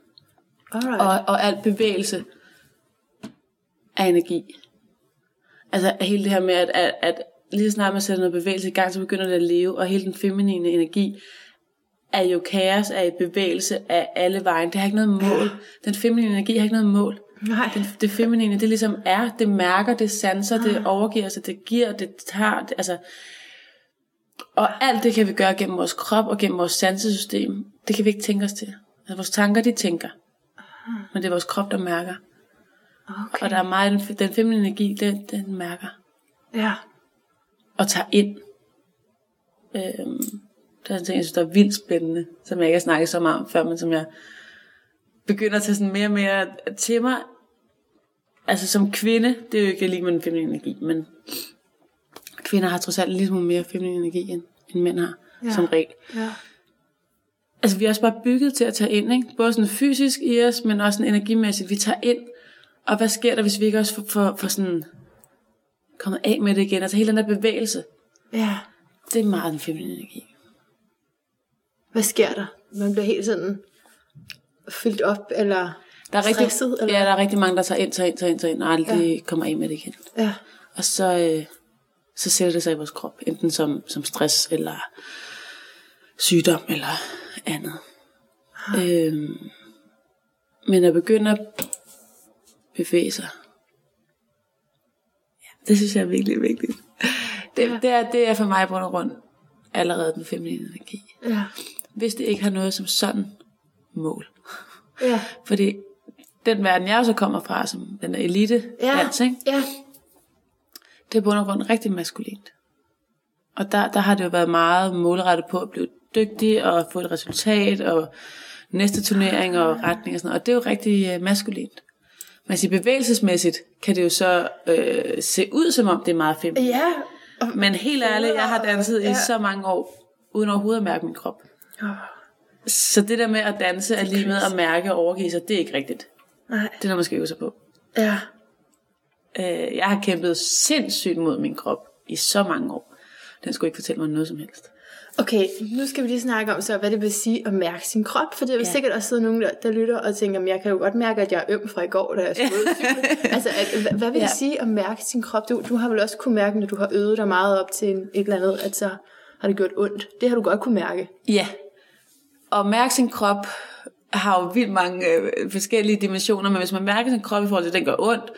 S1: Alright.
S2: Og, og al bevægelse er energi. Altså hele det her med, at, at, at lige så snart man sætter noget bevægelse i gang, så begynder det at leve, og hele den feminine energi er jo kaos, er i bevægelse af alle vejen. Det har ikke noget mål. Den feminine energi har ikke noget mål.
S1: Nej.
S2: Den, det feminine, det ligesom er, det mærker, det sanser,
S1: Ah.
S2: det overgiver sig, det giver, det tager, det, altså... Og alt det kan vi gøre gennem vores krop og gennem vores sansesystem. Det kan vi ikke tænke os til. Altså, vores tanker, de tænker. Men det er vores krop, der mærker.
S1: Ah. Okay.
S2: Og der er meget, den, den feminine energi, den, den mærker
S1: Ja.
S2: og tager ind. Øhm, der er en ting, jeg synes, der er vildt spændende, som jeg ikke har snakket så meget om før, men som jeg begynder at tage sådan mere og mere til mig. Altså som kvinde, det er jo ikke lige med den feminine energi, men kvinder har trods alt lidt mere feminin energi, end, end mænd har, ja. som regel.
S1: Ja.
S2: Altså vi er også bare bygget til at tage ind, ikke? både sådan fysisk i os, men også sådan energimæssigt. Vi tager ind, og hvad sker der, hvis vi ikke også får, får, får sådan kommet af med det igen? Altså hele den der bevægelse,
S1: Ja.
S2: det er meget den feminine energi.
S1: Hvad sker der? Man bliver helt sådan fyldt op, eller
S2: Der er rigtig,
S1: stresset, eller?
S2: Ja, der er rigtig mange, der tager ind, tager ind, tager ind, tager ind, og aldrig ja. kommer af med det igen.
S1: Ja.
S2: Og så, øh, så sætter det sig i vores krop, enten som, som stress, eller sygdom, eller andet. Øhm, men at begynde at bevæge sig, ja, det synes jeg er virkelig vigtigt. Det, det, er, det er for mig i bund og grund allerede den feminine energi.
S1: Ja.
S2: Hvis det ikke har noget som sådan mål.
S1: Ja.
S2: Fordi den verden, jeg også kommer fra, som den der elite
S1: Ja.
S2: ja. dans, ikke?
S1: Ja.
S2: det er på grund rigtig maskulint. Og der, der har det jo været meget målrettet på at blive dygtig og få et resultat og næste turnering og retning og sådan noget. Og det er jo rigtig øh, maskulint. Man siger, bevægelsesmæssigt kan det jo så øh, se ud, som om det er meget feminint.
S1: Ja. Og,
S2: Men helt ærligt, jeg har danset i så mange år, uden overhovedet at mærke min krop.
S1: Åh,
S2: Så det der med at danse er lige med at mærke og overgive sig, det er ikke rigtigt.
S1: nej.
S2: Det er noget, man skal øve sig på.
S1: Ja.
S2: Øh, jeg har kæmpet sindssygt mod min krop i så mange år. Den skulle ikke fortælle mig noget som helst.
S1: Okay, nu skal vi lige snakke om så, hvad det vil sige at mærke sin krop, for det er jo ja. sikkert også sidde nogen, der, der lytter og tænker, men jeg kan jo godt mærke, at jeg er øm fra i går, da jeg stod ud." Altså, at, hvad, hvad vil det
S2: Ja.
S1: sige at mærke sin krop? Du, du har vel også kunne mærke, når du har øvet dig meget op til en, et eller andet, at så har det gjort ondt. Det har du godt kunne mærke.
S2: Ja. Og mærke sin krop har jo vildt mange øh, forskellige dimensioner, men hvis man mærker sin krop i forhold til, at den gør ondt,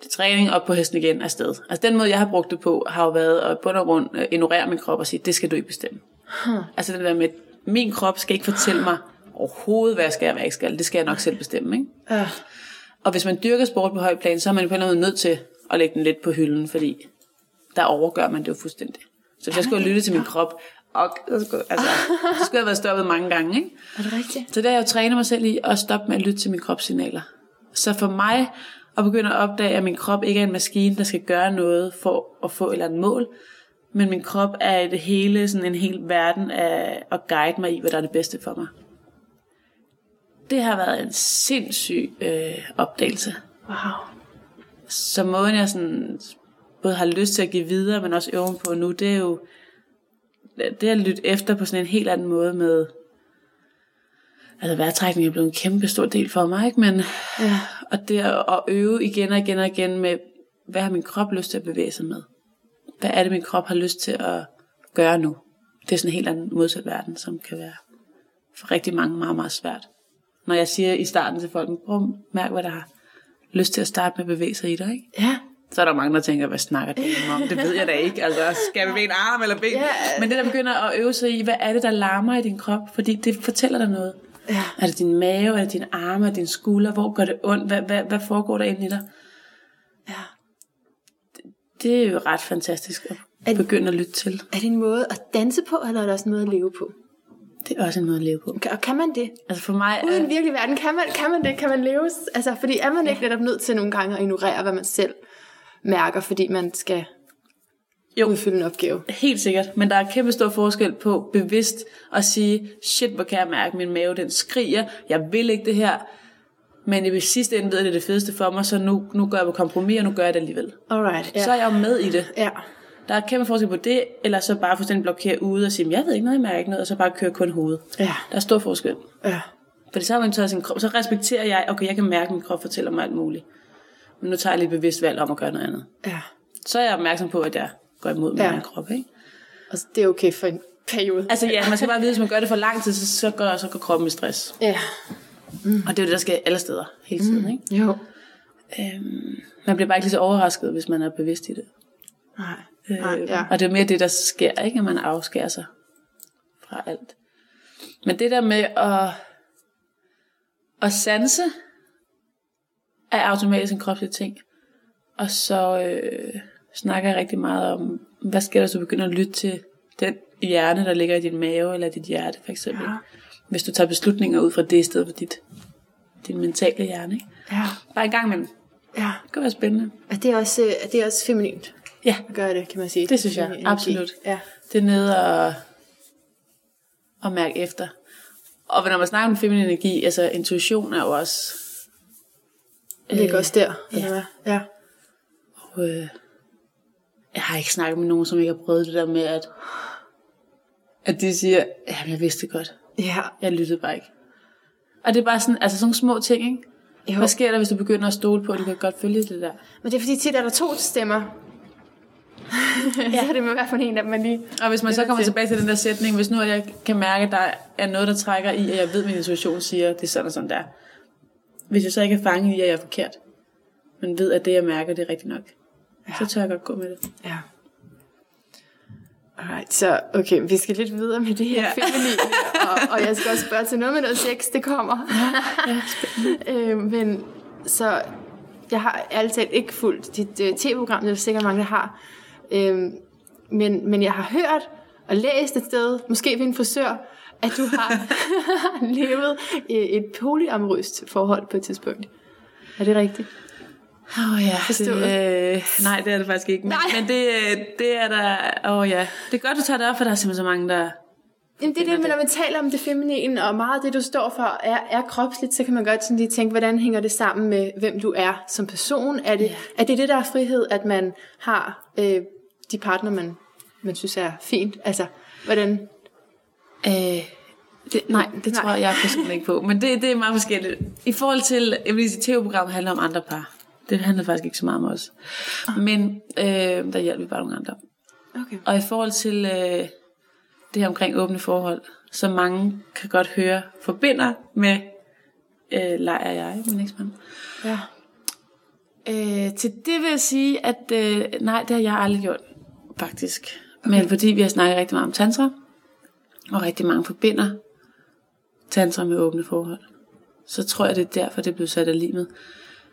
S2: det er træning op på hesten igen afsted. Altså den måde, jeg har brugt det på, har jo været at i bund og grund øh, ignorere min krop og sige, det skal du ikke bestemme. Huh. Altså den der med, min krop skal ikke fortælle mig overhovedet, hvad jeg skal og hvad jeg ikke skal. Det skal jeg nok selv bestemme, ikke?
S1: Ja.
S2: Og hvis man dyrker sport på høj plan, så er man på en eller anden måde nødt til at lægge den lidt på hylden, fordi der overgør man det jo fuldstændig. Så hvis jeg skulle have lyttet til min krop, og så skulle, altså, så skulle jeg have været stoppet mange gange. Ikke?
S1: Er det rigtigt?
S2: Så der har jeg jo trænet mig selv i at stoppe med at lytte til mine kropssignaler. Så for mig at begynde at opdage, at min krop ikke er en maskine, der skal gøre noget for at få et eller andet mål, men min krop er et hele, sådan en hel verden af at guide mig i, hvad der er det bedste for mig. Det har været en sindssyg øh, opdagelse.
S1: Wow.
S2: Så måden jeg sådan både har lyst til at give videre, men også øve mig på nu, det er jo det at lytte efter på sådan en helt anden måde med, altså vejrtrækning er blevet en kæmpe stor del for mig, ikke? Men, ja. og det at at øve igen og igen og igen med, hvad har min krop lyst til at bevæge sig med? Hvad er det, min krop har lyst til at gøre nu? Det er sådan en helt anden modsat verden, som kan være for rigtig mange meget, meget svært. Når jeg siger i starten til folk, prøv at mærke, hvad der har lyst til at starte med at bevæge sig i dig, ikke?
S1: Ja.
S2: så er der mange, der tænker, hvad snakker det om? Det ved jeg da ikke. Altså, skal vi med en arm eller ben? Yeah. Men det, der begynder at øve sig i, hvad er det, der larmer i din krop? Fordi det fortæller dig noget.
S1: Ja.
S2: Er det din mave? Er det dine arme? Er det dine skuldre? Hvor gør det ondt? Hvad, hvad, hvad foregår der inde i dig?
S1: Ja.
S2: Det er jo ret fantastisk
S1: Er-
S2: at begynde at lytte til.
S1: Er det en måde at danse på, eller er det også en måde at leve på?
S2: Det er også en måde at leve på.
S1: Kan, og kan man det?
S2: Altså for mig...
S1: Ude i
S2: er-
S1: den virkelige verden, kan man, kan man det? Kan man leve? s- Altså, fordi er man ikke netop nødt til nogle gange at ignorere, hvad man selv mærker, fordi man skal jo.
S2: Jo.
S1: udfylde en opgave?
S2: Helt sikkert, men der er kæmpe stor forskel på bevidst at sige, shit, hvor kan jeg mærke, min mave den skriger, jeg vil ikke det her, men i sidste ende ved jeg, det er det fedeste for mig, så nu, nu gør jeg på kompromis, og nu gør jeg det alligevel.
S1: Alright, ja.
S2: Så er jeg jo med i det.
S1: ja.
S2: Der er kæmpe forskel på det, eller så bare fuldstændig blokere ude og sige, jeg ved ikke noget, jeg mærker ikke noget, og så bare køre kun hovedet.
S1: Ja.
S2: Der er stor forskel.
S1: ja.
S2: Fordi så har man taget sin krop, så respekterer jeg, okay, jeg kan mærke, at min krop fortæller mig alt muligt. Men nu tager jeg lidt bevidst valg om at gøre noget andet.
S1: Ja.
S2: så er jeg opmærksom på, at jeg går imod min
S1: Ja.
S2: ja. krop. Ikke?
S1: Og Altså, det er okay for en periode.
S2: Altså ja, man skal bare vide, hvis man gør det for lang tid, så, så, går, så går kroppen i stress.
S1: Ja.
S2: Og det er jo det, der sker alle steder hele tiden. Ikke?
S1: Jo.
S2: Øhm, man bliver bare ikke lige så overrasket, hvis man er bevidst i det.
S1: Nej.
S2: Øh,
S1: Nej, ja.
S2: Og det er mere det, der sker, ikke? at man afskærer sig fra alt. Men det der med at, at sanse, er automatisk en kropslig ting. Og så øh, snakker jeg rigtig meget om, hvad sker der, hvis du begynder at lytte til den hjerne, der ligger i din mave eller dit hjerte, for eksempel.
S1: Ja.
S2: Ja. Hvis du tager beslutninger ud fra det, i stedet for dit, din mentale hjerne. Ikke?
S1: Ja.
S2: Bare i gang med den.
S1: Ja.
S2: Det kan være spændende.
S1: Og det er også, øh, det er også feminint
S2: Ja,
S1: at gøre det, kan man sige.
S2: Det synes jeg,
S1: Energi.
S2: absolut.
S1: Ja.
S2: Det er nede at, at mærke efter. Og når man snakker om feminin energi, altså intuition er jo også...
S1: Det ligger også der.
S2: Øh, ja.
S1: eller hvad? ja.
S2: Øh, jeg har ikke snakket med nogen, som ikke har prøvet det der med, at, at de siger, jamen jeg vidste det godt,
S1: Ja.
S2: jeg lyttede bare ikke. Og det er bare sådan, altså sådan nogle små ting, ikke?
S1: Jo.
S2: Hvad sker der, hvis du begynder at stole på, at du kan godt følge det der?
S1: Men det er fordi tit er der to stemmer. ja. Så det må være for en af dem, man lige...
S2: Og hvis man så kommer tilbage til den der sætning, hvis nu at jeg kan mærke, at der er noget, der trækker i, at jeg ved, at min intuition siger, at det er sådan og sådan der. Hvis jeg så ikke er fanget i, at jeg er forkert, men ved, at det, jeg mærker, det er rigtigt nok, ja. så tør jeg godt gå med det.
S1: Ja. Alright, så okay, vi skal lidt videre med det her
S2: Ja.
S1: feminine, og, og jeg skal også spørge til noget med noget sex, det kommer. øh, men så, jeg har ærligt talt ikke fulgt dit øh, tv-program, det er der sikkert mange, der har. Øh, men, men jeg har hørt og læst et sted, måske ved en frisør, at du har levet øh, et polyamorøst forhold på et tidspunkt. Er det rigtigt?
S2: Åh oh, ja,
S1: Forstået.
S2: Det, øh, nej, det er det faktisk ikke. Men,
S1: Nej.
S2: men det, øh, det er der... Åh oh, ja, det er godt, du tager det op, for der er simpelthen så mange, der...
S1: Jamen det er det, men når man taler om det feminine, og meget af det, du står for, er, er kropsligt, så kan man godt sådan lige tænke, hvordan hænger det sammen med, hvem du er som person? Er det er det, det, der er frihed, at man har øh, de partner, man, man synes er fint? Altså, hvordan...
S2: Øh, det, nej, det
S1: Nej.
S2: tror jeg personligt ikke på. Men det, det er meget forskelligt. I forhold til, jeg vil sige, tv-program handler om andre par. Det handler faktisk ikke så meget om os. Men øh, der hjalp vi bare nogle andre.
S1: Okay.
S2: Og i forhold til øh, det her omkring åbne forhold, som mange kan godt høre, forbinder med øh, leger jeg, min eksmand.
S1: Ja.
S2: Øh, til det vil jeg sige, at øh, nej, det har jeg aldrig gjort, faktisk. Okay. Men fordi vi har snakket rigtig meget om tantra, og rigtig mange forbinder tantra med åbne forhold, så tror jeg, det er derfor, det er blevet sat af livet.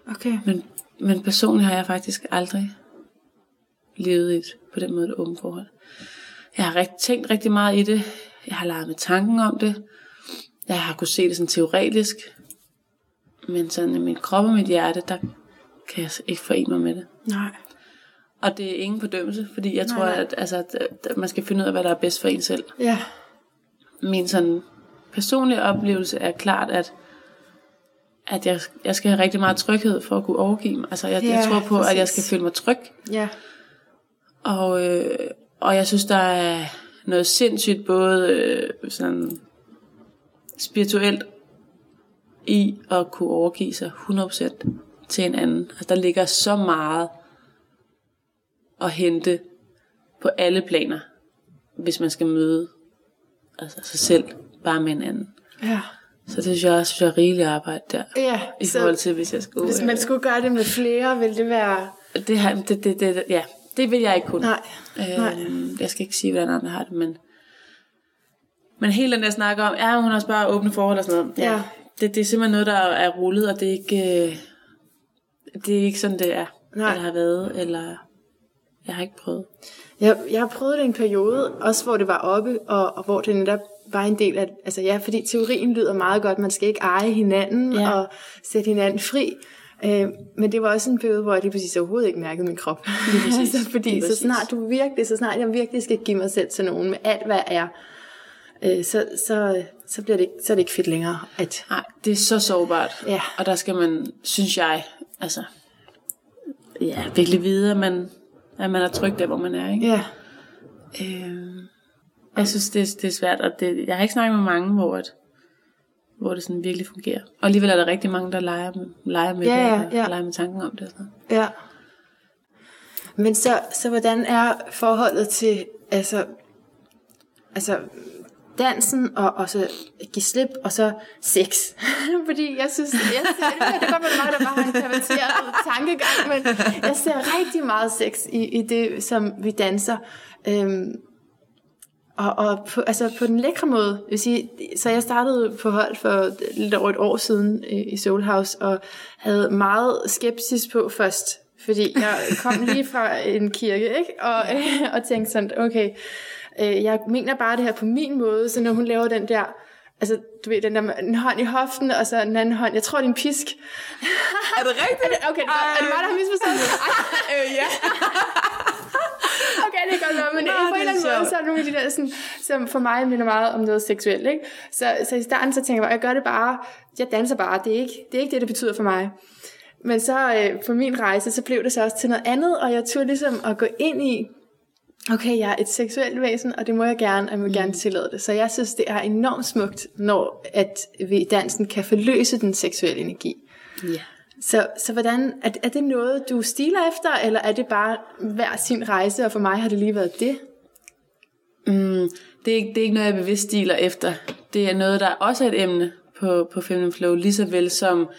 S1: Okay.
S2: Men, men personligt har jeg faktisk aldrig levet i et, på den måde et åbent forhold. Jeg har rigt, tænkt rigtig meget i det. Jeg har leget med tanken om det. Jeg har kunne se det sådan teoretisk. Men sådan i min krop og mit hjerte, der kan jeg ikke forene mig med det.
S1: Nej.
S2: Og det er ingen fordømmelse, fordi jeg
S1: Nej,
S2: tror,
S1: nej.
S2: at, altså, at, at man skal finde ud af, hvad der er bedst for en selv
S1: Ja.
S2: min sådan personlige oplevelse er klart, at, at jeg, jeg skal have rigtig meget tryghed for at kunne overgive mig. Altså, jeg, ja, jeg
S1: Ja,
S2: tror på, præcis. at jeg
S1: præcis.
S2: skal føle mig tryg.
S1: Ja.
S2: Og, øh, og jeg synes, der er noget sindssygt både øh, sådan spirituelt i at kunne overgive sig 100% til en anden. Altså, der ligger så meget at hente på alle planer, hvis man skal møde altså, sig selv bare med en anden.
S1: Ja.
S2: Så det synes jeg også, synes jeg er rigeligt arbejde der.
S1: Ja,
S2: I
S1: så-
S2: forhold til, hvis jeg skulle...
S1: Hvis man skulle gøre det med flere, ville det være...
S2: øh, det, har- det, det, det, ja, det vil jeg ikke kunne.
S1: Nej. Nej.
S2: Øhm, jeg skal ikke sige, hvordan andre har det, men... Men hele den der snakker om, ja, hun har også bare åbne forhold og sådan noget.
S1: Ja.
S2: Det, det er simpelthen noget, der er rullet, og det er ikke... Øh, det er ikke sådan, det er.
S1: Nej.
S2: Eller har været, eller... Jeg har ikke prøvet.
S1: Jeg, jeg har prøvet det en periode, også hvor det var oppe, og, og hvor det netop var en del af... Altså ja, fordi teorien lyder meget godt, man skal ikke eje hinanden ja.
S2: Ja.
S1: og sætte hinanden fri. Øh, men det var også en periode, hvor jeg lige præcis overhovedet ikke mærkede min krop.
S2: præcis.
S1: altså, fordi
S2: Lige
S1: så
S2: præcis.
S1: snart du virkelig, så snart jeg virkelig skal give mig selv til nogen med alt, hvad jeg er, øh, så, så, så, bliver det ikke, så er det ikke fedt længere. At,
S2: Nej, det er så sårbart.
S1: Ja.
S2: Og der skal man, synes jeg, altså, ja, virkelig vide, at man, at man er tryg der, hvor man er. Ikke?
S1: ja,
S2: Øh, jeg synes, det, er- det er svært, og det, jeg har ikke snakket med mange, hvor, at, hvor det sådan virkelig fungerer. Og alligevel er der rigtig mange, der leger, leger med
S1: Ja,
S2: det,
S1: ja,
S2: og
S1: ja.
S2: leger med tanken om det. Og sådan noget.
S1: ja. Men så, så hvordan er forholdet til, altså, altså dansen, og, og så give slip, og så sex? Fordi jeg synes, jeg ser, det kan godt være det er mig, der bare har en perverteret tankegang, men jeg ser rigtig meget sex i, i det, som vi danser. Øhm, og, og på, altså på den lækre måde. Jeg vil sige, så jeg startede på hold for lidt over et år siden øh, i Soul House, og havde meget skepsis på først, fordi jeg kom lige fra en kirke, ikke? Og, øh, og tænkte sådan, okay, øh, jeg mener bare det her på min måde, så når hun laver den der, altså du ved, den der med en hånd i hoften, og så en anden hånd, jeg tror det er en pisk.
S4: Er det rigtigt?
S1: Okay, det var, er det mig, der har misforstået det? Ej,
S4: Øh, ja.
S1: okay, det kan godt være, men
S2: Nå,
S1: Nå, på
S2: det
S1: en eller
S2: er
S1: anden måde,
S2: sjovt.
S1: så er der nogle af de der, sådan, som for mig minder meget om noget seksuelt, ikke? Så, så i starten, så tænker jeg bare, jeg gør det bare, jeg danser bare, det er ikke det, er ikke det, det betyder for mig. Men så øh, på min rejse, så blev det så også til noget andet, og jeg turde ligesom at gå ind i, okay, jeg er et seksuelt væsen, og det må jeg gerne, og jeg vil
S2: Mm.
S1: gerne tillade det. Så jeg synes, det er enormt smukt, når at vi i dansen kan forløse den seksuelle energi.
S2: Ja.
S1: Så, så hvordan, er, er det noget, du stiler efter, eller er det bare hver sin rejse, og for mig har det lige været det?
S2: Mm, det, er ikke, det er ikke noget, jeg bevidst stiler efter. Det er noget, der også er et emne på, på Feminine Flow, lige så vel som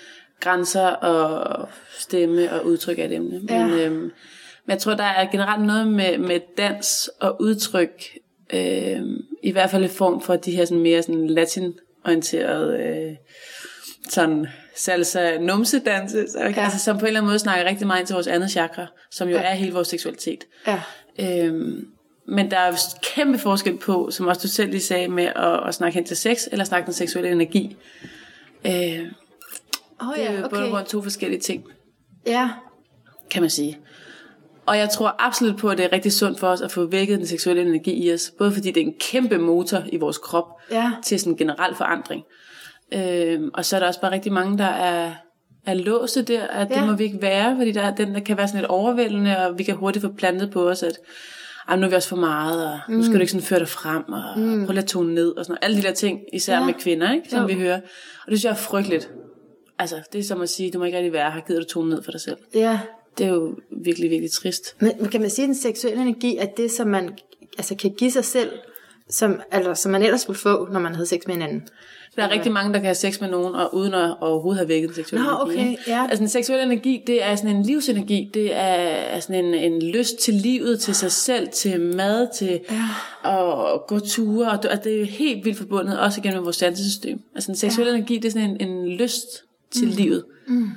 S2: grænser og stemme og udtryk er et emne. Ja. Men,
S1: Ja.
S2: øhm, men jeg tror, der er generelt noget med, med dans og udtryk, øhm, i hvert fald i form for de her sådan mere sådan latinorienterede øh, sådan salsa numsedanse, så, ja. altså, som på en eller anden måde snakker rigtig meget ind til vores andet chakra, som jo ja. er hele vores seksualitet.
S1: Ja.
S2: Øhm, men der er jo kæmpe forskel på, som også du selv lige sagde, med at, at snakke hen til sex, eller snakke den seksuelle energi. Øh, det
S1: Åh oh,
S2: er jo
S1: ja,
S2: både
S1: okay.
S2: rundt to forskellige ting,
S1: Ja,
S2: kan man sige. Og jeg tror absolut på, at det er rigtig sundt for os at få vækket den seksuelle energi i os. Både fordi det er en kæmpe motor i vores krop
S1: Ja.
S2: til sådan en generel forandring. Øhm, og så er der også bare rigtig mange, der er, er låste der, at ja. det
S1: Ja.
S2: må vi ikke være, fordi der er den, der kan være sådan lidt overvældende, og vi kan hurtigt få plantet på os, at "Ej, nu er vi også for meget, og mm. nu skal du ikke sådan føre dig frem, og mm. prøv lige at tone ned, og sådan noget. Alle de der ting, især ja. med kvinder, ikke, som jo. vi hører. Og det synes jeg er frygteligt. Altså, det er som at sige, du må ikke rigtig være her, gider du tone ned for dig selv.
S1: ja.
S2: Det er jo virkelig, virkelig trist.
S1: Men kan man sige, at den seksuelle energi er det, som man altså, kan give sig selv, som, eller, som man ellers ville få, når man havde sex med hinanden?
S2: Der er rigtig mange, der kan have sex med nogen, og uden at overhovedet have vækket den seksuelle
S1: Nå,
S2: energi.
S1: okay,
S2: ikke?
S1: ja.
S2: Altså den seksuelle energi, det er sådan en livsenergi, det er, er sådan en, en lyst til livet, til sig selv, til mad, til ja. at gå ture, og det, og det er jo helt vildt forbundet, også igennem vores sansesystem. Altså den seksuelle ja. energi, det er sådan en, en lyst til mm. livet. Mm.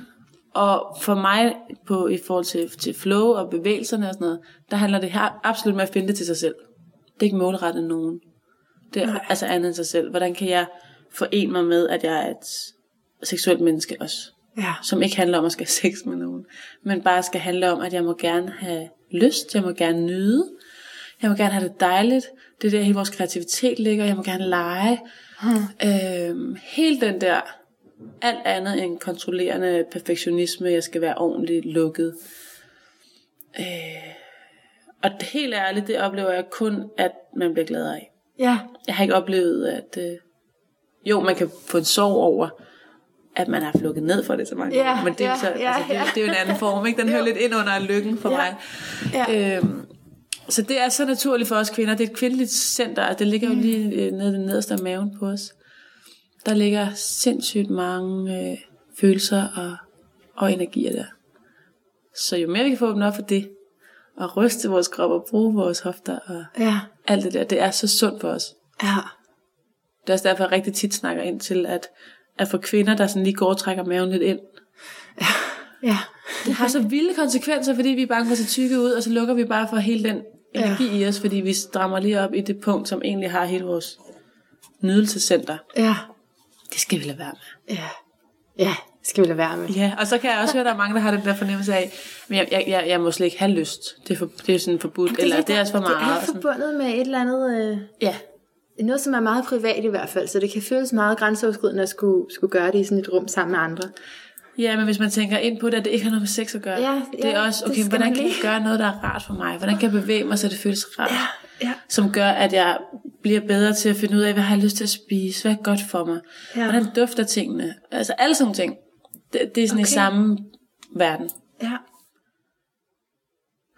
S2: Og for mig, på, i forhold til, til flow og bevægelserne og sådan noget, der handler det her absolut med at finde det til sig selv. Det er ikke målrettet nogen. Det er altså andet end sig selv. Hvordan kan jeg forene mig med, at jeg er et seksuelt menneske også?
S1: Ja.
S2: Som ikke handler om at skal have sex med nogen, men bare skal handle om, at jeg må gerne have lyst, jeg må gerne nyde, jeg må gerne have det dejligt, det er der hele vores kreativitet ligger, jeg må gerne lege. Hmm. Øhm, hele den der, alt andet end kontrollerende perfektionisme, jeg skal være ordentligt lukket. Øh, og det, helt ærligt, det oplever jeg kun, at man bliver gladere af.
S1: Ja.
S2: Jeg har ikke oplevet, at... Øh, jo, man kan få en sorg over, at man har haft lukket ned for det så mange
S1: Ja,
S2: gange. Men det, er jo
S1: ja,
S2: så,
S1: ja,
S2: altså, det, er-
S1: ja.
S2: det er jo en anden form, ikke? Den hører lidt ind under lykken for ja. mig. Ja. Øhm, så det er så naturligt for os kvinder. Det er et kvindeligt center, og det ligger
S1: Mm.
S2: jo lige øh, nede i den nederste af maven på os. Der ligger sindssygt mange øh, følelser og, og energier der. Så jo mere vi kan få åbnet op for det, og ryste vores krop og bruge vores hofter og
S1: Ja.
S2: alt det der, det er så sundt for os.
S1: Ja.
S2: Det er også derfor, jeg rigtig tit snakker ind til, at, at for kvinder, der sådan lige går og trækker maven lidt ind,
S1: Ja.
S2: det har så vilde konsekvenser, fordi vi er bange for at se tykke ud, og så lukker vi bare for hele den energi ja. i os, fordi vi strammer lige op i det punkt, som egentlig har hele vores nydelsescenter.
S1: Ja.
S2: Det skal vi lade være med.
S1: Ja. Ja. Skal vi lade være med?
S2: Ja, og så kan jeg også høre, at der er mange, der har den der fornemmelse af, men jeg, jeg, jeg, jeg må slet ikke have lyst. Det er, for, det er sådan forbudt, det, eller det er også for meget.
S1: Det er
S2: og sådan.
S1: forbundet med et eller andet... Øh
S2: Ja,
S1: Noget, som er meget privat i hvert fald, så det kan føles meget grænseoverskridende at skulle, skulle gøre det i sådan et rum sammen med andre.
S2: Ja, men hvis man tænker ind på det, at det ikke har noget med sex at gøre.
S1: Ja,
S2: det er
S1: ja,
S2: også,
S1: det
S2: okay,
S1: skal
S2: hvordan
S1: man
S2: kan jeg
S1: lige.
S2: gøre noget, der er rart for mig? Hvordan kan jeg bevæge mig, så det føles rart?
S1: ja.
S2: Som gør, at jeg bliver bedre til at finde ud af, hvad har jeg lyst til at spise? Hvad er godt for mig?
S1: Ja.
S2: Hvordan dufter tingene? Altså alle sådan nogle ting. Det, det er sådan okay.
S1: Okay.
S2: i samme verden.
S1: Ja.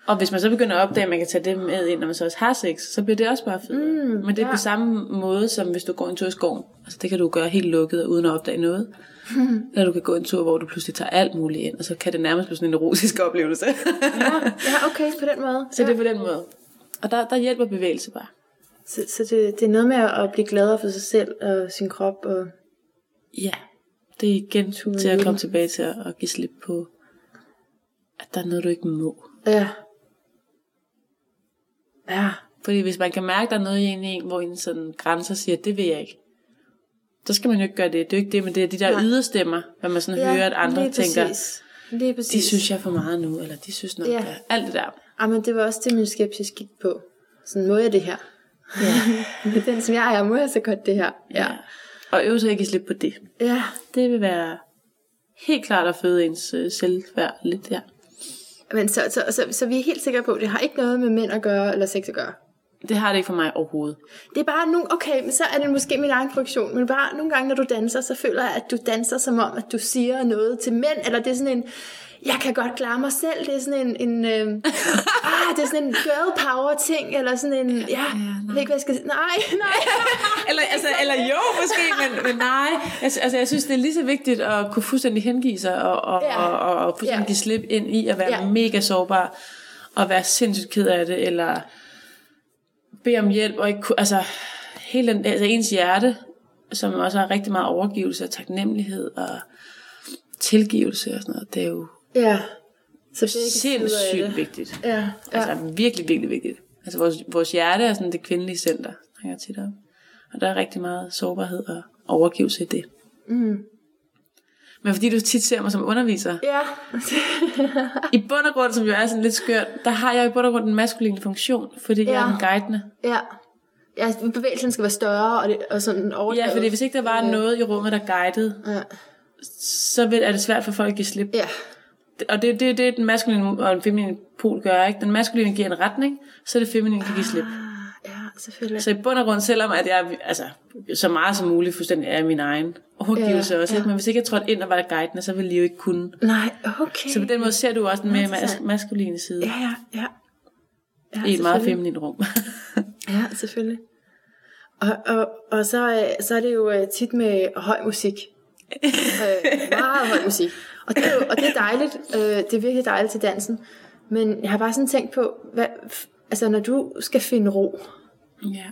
S2: Og hvis man så begynder at opdage, at man kan tage det med ind, når man så også har sex, så bliver det også bare fedt. Mm, Men det er ja. på samme måde, som hvis du går en tur i skoven. Altså det kan du gøre helt lukket og uden at opdage noget. Mm. Eller du kan gå en tur, hvor du pludselig tager alt muligt ind, og så kan det nærmest blive sådan en erotisk oplevelse.
S1: Ja, ja okay, på den måde.
S2: så
S1: ja.
S2: det er på den måde. Og der, der hjælper bevægelse bare.
S1: Så, så det, det er noget med at blive gladere for sig selv og sin krop. Og...
S2: Ja, det er igen til at komme tilbage til at, at give slip på, at der er noget, du ikke må.
S1: Ja. Ja.
S2: Fordi hvis man kan mærke, at der er noget i en, i en hvor en sådan grænser siger, det vil jeg ikke, så skal man jo ikke gøre det. Det er jo ikke det, men det er de der
S1: Nej.
S2: yderstemmer, hvad man sådan
S1: ja,
S2: hører, at andre
S1: lige
S2: tænker,
S1: Præcis. Lige præcis.
S2: de synes jeg er for meget nu, eller de synes nok,
S1: Ja.
S2: ja. alt det der.
S1: Ah, men det var også det, min skepsis gik på. Sådan, må jeg det her? Ja. Med den, som jeg er, må jeg så godt det her?
S2: Ja. Og øve sig ikke at slippe på det.
S1: Ja,
S2: Det vil være helt klart at føde ens øh, selvværd lidt der.
S1: men så, så, så, så vi er helt sikre på, at det har ikke noget med mænd at gøre, eller sex at gøre.
S2: Det har det ikke for mig overhovedet.
S1: Det er bare nogle, okay, men så er det måske min egen produktion, men bare nogle gange, når du danser, så føler jeg, at du danser som om, at du siger noget til mænd, eller det er sådan en, jeg kan godt klare mig selv, det er sådan en, en øh, ah, det er sådan en girl power ting, eller sådan en, ja, ja jeg ved ikke, hvad jeg skal sige, nej, nej,
S2: Eller, altså, eller jo, måske, men, men nej. Altså, altså, jeg synes, det er lige så vigtigt at kunne fuldstændig hengive sig og, og,
S1: Ja.
S2: ja. og, og, og fuldstændig
S1: Ja.
S2: give slip ind i at være
S1: Ja.
S2: ja. mega sårbar og være sindssygt ked af det, eller bede om hjælp og ikke kunne, altså, hele den, altså ens hjerte, som også har rigtig meget overgivelse og taknemmelighed og tilgivelse og sådan noget, det er jo
S1: ja, så det
S2: sindssygt vigtigt.
S1: Ja, ja.
S2: Altså virkelig, virkelig vigtigt. Altså vores, vores hjerte er sådan det kvindelige center, hænger tit om. Og der er rigtig meget sårbarhed og overgivelse i det. Mm. Men fordi du tit ser mig som underviser,
S1: Ja,
S2: i bund og grund, som jo er sådan lidt skørt, der har jeg i bund og grund en maskulin funktion, fordi ja. jeg
S1: Ja.
S2: er en guidende.
S1: ja. Ja, bevægelsen skal være større, og, det, og sådan overdrevet.
S2: Ja, fordi hvis ikke der var noget i rummet, der guidede,
S1: Ja,
S2: så vil- er det svært for folk at give slip.
S1: ja.
S2: Og det er det, er det, den maskuline og den feminine pol gør, ikke? Den maskuline giver en retning, så det feminine kan give slip.
S1: ja selvfølgelig.
S2: Så Altså, i bund og grund, selvom at jeg altså, så meget som muligt fuldstændig er min egen overgivelse
S1: Ja,
S2: ja, også,
S1: ja.
S2: ja. men hvis ikke jeg trådte ind og var guidende, så ville de jo ikke kunne.
S1: Nej, okay.
S2: Så på den måde ser du også den mere mas-
S1: Interessant.
S2: maskuline side
S1: Ja, ja, ja. ja
S2: i et meget
S1: selvfølgelig.
S2: feminin rum.
S1: Ja, selvfølgelig. Og, og, og så, øh, så er det jo øh, tit med høj musik. øh, meget høj musik. Og det, er jo, og det er dejligt. Øh, det er virkelig dejligt til dansen. Men jeg har bare sådan tænkt på, hvad, f- altså når du skal finde ro,
S2: ja.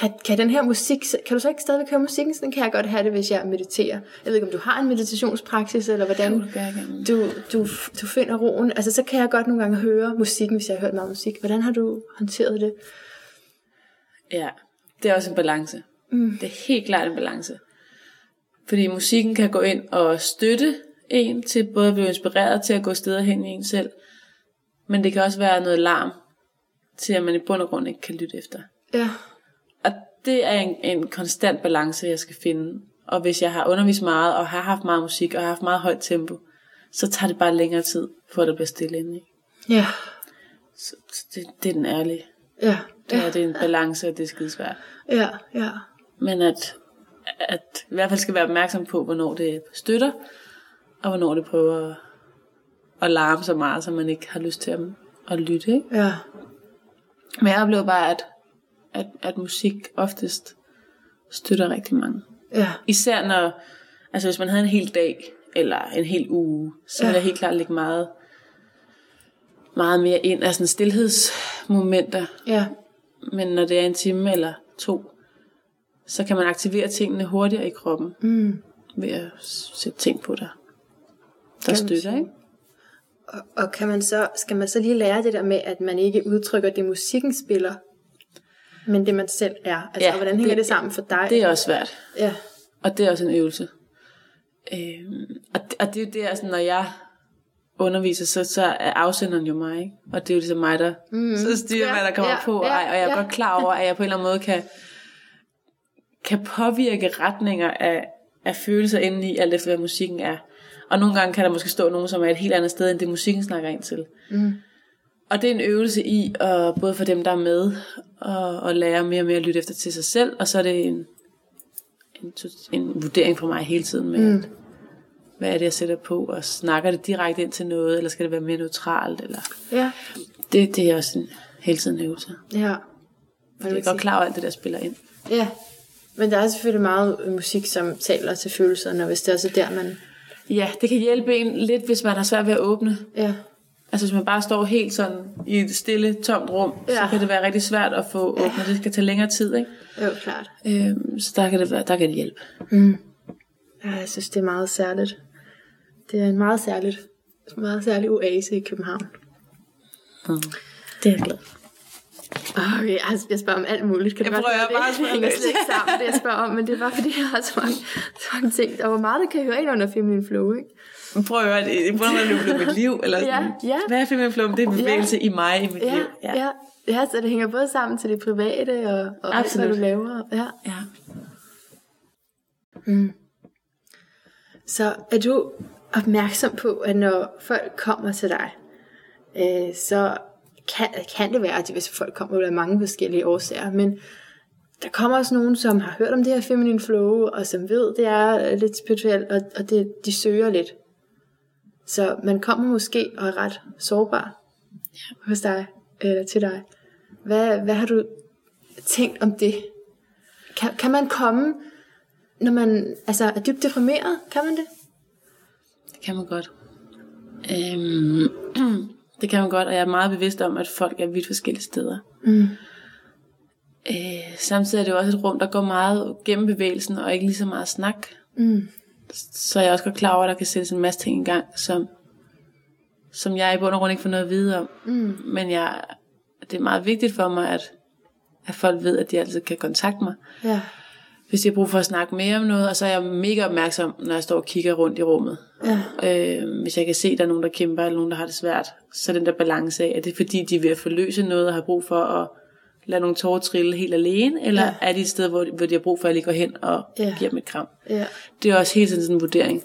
S1: kan, kan den her musik, så- kan du så ikke stadigvæk høre musikken? Sådan kan jeg godt have det, hvis jeg mediterer. Jeg ved ikke, om du har en meditationspraksis, eller hvordan
S2: det gør jeg gerne.
S1: du, du, f- du finder roen. Altså, så kan jeg godt nogle gange høre musikken, hvis jeg har hørt meget musik. Hvordan har du håndteret det?
S2: ja, det er også en balance. Mm. Det er helt klart en balance. Fordi musikken kan gå ind og støtte en til både at blive inspireret til at gå steder hen i en selv, men det kan også være noget larm til, at man i bund og grund ikke kan lytte efter.
S1: Ja,
S2: Og det er en, en konstant balance, jeg skal finde. Og hvis jeg har undervist meget, og har haft meget musik, og har haft meget højt tempo, så tager det bare længere tid, for at der bliver stille inde. i.
S1: ja,
S2: Så, så det, det er den ærlige.
S1: ja.
S2: Det, her, det er en balance, og det er skidesvært.
S1: Ja, ja.
S2: Men at, at i hvert fald skal være opmærksom på, hvornår det støtter, og hvornår det prøver at- at larme så meget, så man ikke har lyst til at, at lytte. Ikke?
S1: Ja,
S2: Men jeg oplever bare, at, at, at musik oftest støtter rigtig mange.
S1: ja,
S2: Især når, altså hvis man havde en hel dag, eller en hel uge, så ville
S1: Ja.
S2: jeg helt klart lægge meget, meget mere ind af sådan stillhedsmomenter.
S1: ja,
S2: Men når det er en time eller to, så kan man aktivere tingene hurtigere i kroppen, mm. ved at s- sætte ting på dig, der støtter, ikke?
S1: og, og kan man så, skal man så lige lære det der med, at man ikke udtrykker det, musikken spiller, men det man selv er? Altså,
S2: Ja,
S1: ja, hvordan hænger det,
S2: det-
S1: det sammen for dig?
S2: Det er også svært.
S1: ja,
S2: Og det er også en øvelse. Øhm, og, det, og det er jo det, altså, når jeg underviser, så, så er afsenderen jo mig, ikke? Og det er jo ligesom mig, der mm. så styrer,
S1: Ja,
S2: ja, hvad der kommer
S1: Mm-hmm. ja,
S2: ja, på. Og,
S1: ja,
S2: og jeg er
S1: ja.
S2: godt klar over, at jeg på en eller anden måde kan, kan påvirke retninger af, af følelser indeni, alt efter hvad musikken er. Og nogle gange kan der måske stå nogen, som er et helt andet sted, end det musikken snakker ind til. Mm. Og det er en øvelse i, og både for dem, der er med, og, og lære mere og mere at lytte efter til sig selv, og så er det en, en, to- en vurdering for mig hele tiden med, mm. at, hvad er det, jeg sætter på, og snakker det direkte ind til noget, eller skal det være mere neutralt, eller...
S1: ja,
S2: Det, det er også en, hele tiden en øvelse.
S1: Ja.
S2: Jeg er godt klar over alt det, der spiller ind.
S1: Ja. Men der er selvfølgelig meget øh, musik, som taler til følelserne, og hvis det også er der, man...
S2: Ja, det kan hjælpe en lidt, hvis man har svært ved at åbne.
S1: Ja.
S2: Altså hvis man bare står helt sådan i et stille, tomt rum, ja. så
S1: Ja.
S2: kan det være rigtig svært at få åbnet. Det kan tage længere tid, ikke?
S1: Jo, klart.
S2: Øhm, så der kan, det være, der kan det hjælpe.
S1: Ja, jeg synes, det er meget særligt. Det er en meget særligt, meget særlig oase i København.
S2: Mm.
S1: Det er jeg glad for. Okay, altså, jeg spørger om alt muligt. Kan
S2: Jeg
S1: det godt
S2: prøver
S1: være, det
S2: bare at spørge
S1: hænger
S2: løs.
S1: slet ikke sammen, det jeg spørger om, men det er bare fordi, jeg har så mange, så mange ting. Der var meget, der kan høre ind under Feminine Flow, ikke?
S2: Men prøv at høre, det er hvordan det blev mit liv. Eller sådan.
S1: ja.
S2: Hvad er Femina Flum? Det er en bevægelse i mig i mit
S1: Ja,
S2: liv.
S1: ja. ja. Ja, så det hænger både sammen til det private og, og alt, hvad
S2: Absolut.
S1: du laver. Ja.
S2: ja.
S1: Så er du opmærksom på, at når folk kommer til dig, øh, så kan, kan det være, at hvis folk kommer der er mange forskellige årsager, men der kommer også nogen, som har hørt om det her feminine flow, og som ved, det er øh, lidt spirituelt, og, og det, de søger lidt. Så man kommer måske og er ret sårbar hos dig, eller til dig. Hvad, hvad har du tænkt om det? Kan, kan man komme, når man altså, er dybt deprimeret? Kan man det?
S2: Det kan man godt. Øhm, det kan man godt, og jeg er meget bevidst om, at folk er vidt forskellige steder. Mm. Øh, samtidig er det jo også et rum, der går meget gennem bevægelsen, og ikke lige så meget snak. Mm. Så jeg er også godt klar over, at der kan sættes en masse ting i gang, som, som jeg i bund og grund ikke får noget at vide om. Mm. Men jeg, det er meget vigtigt for mig, at, at folk ved, at de altid kan kontakte mig
S1: Ja.
S2: hvis jeg har brug for at snakke mere om noget, og så er jeg mega opmærksom, når jeg står og kigger rundt i rummet. Ja. Øh, hvis jeg kan se, at der er nogen, der kæmper, eller nogen, der har det svært, så er den der balance af, er det fordi, de er ved at forløse noget, og har brug for at lade nogle tårer trille helt alene, eller ja. er det et sted, hvor, hvor de har brug for, at jeg lige går hen og
S1: Ja.
S2: ja. giver dem et kram.
S1: Ja.
S2: Det er også hele tiden sådan en vurdering.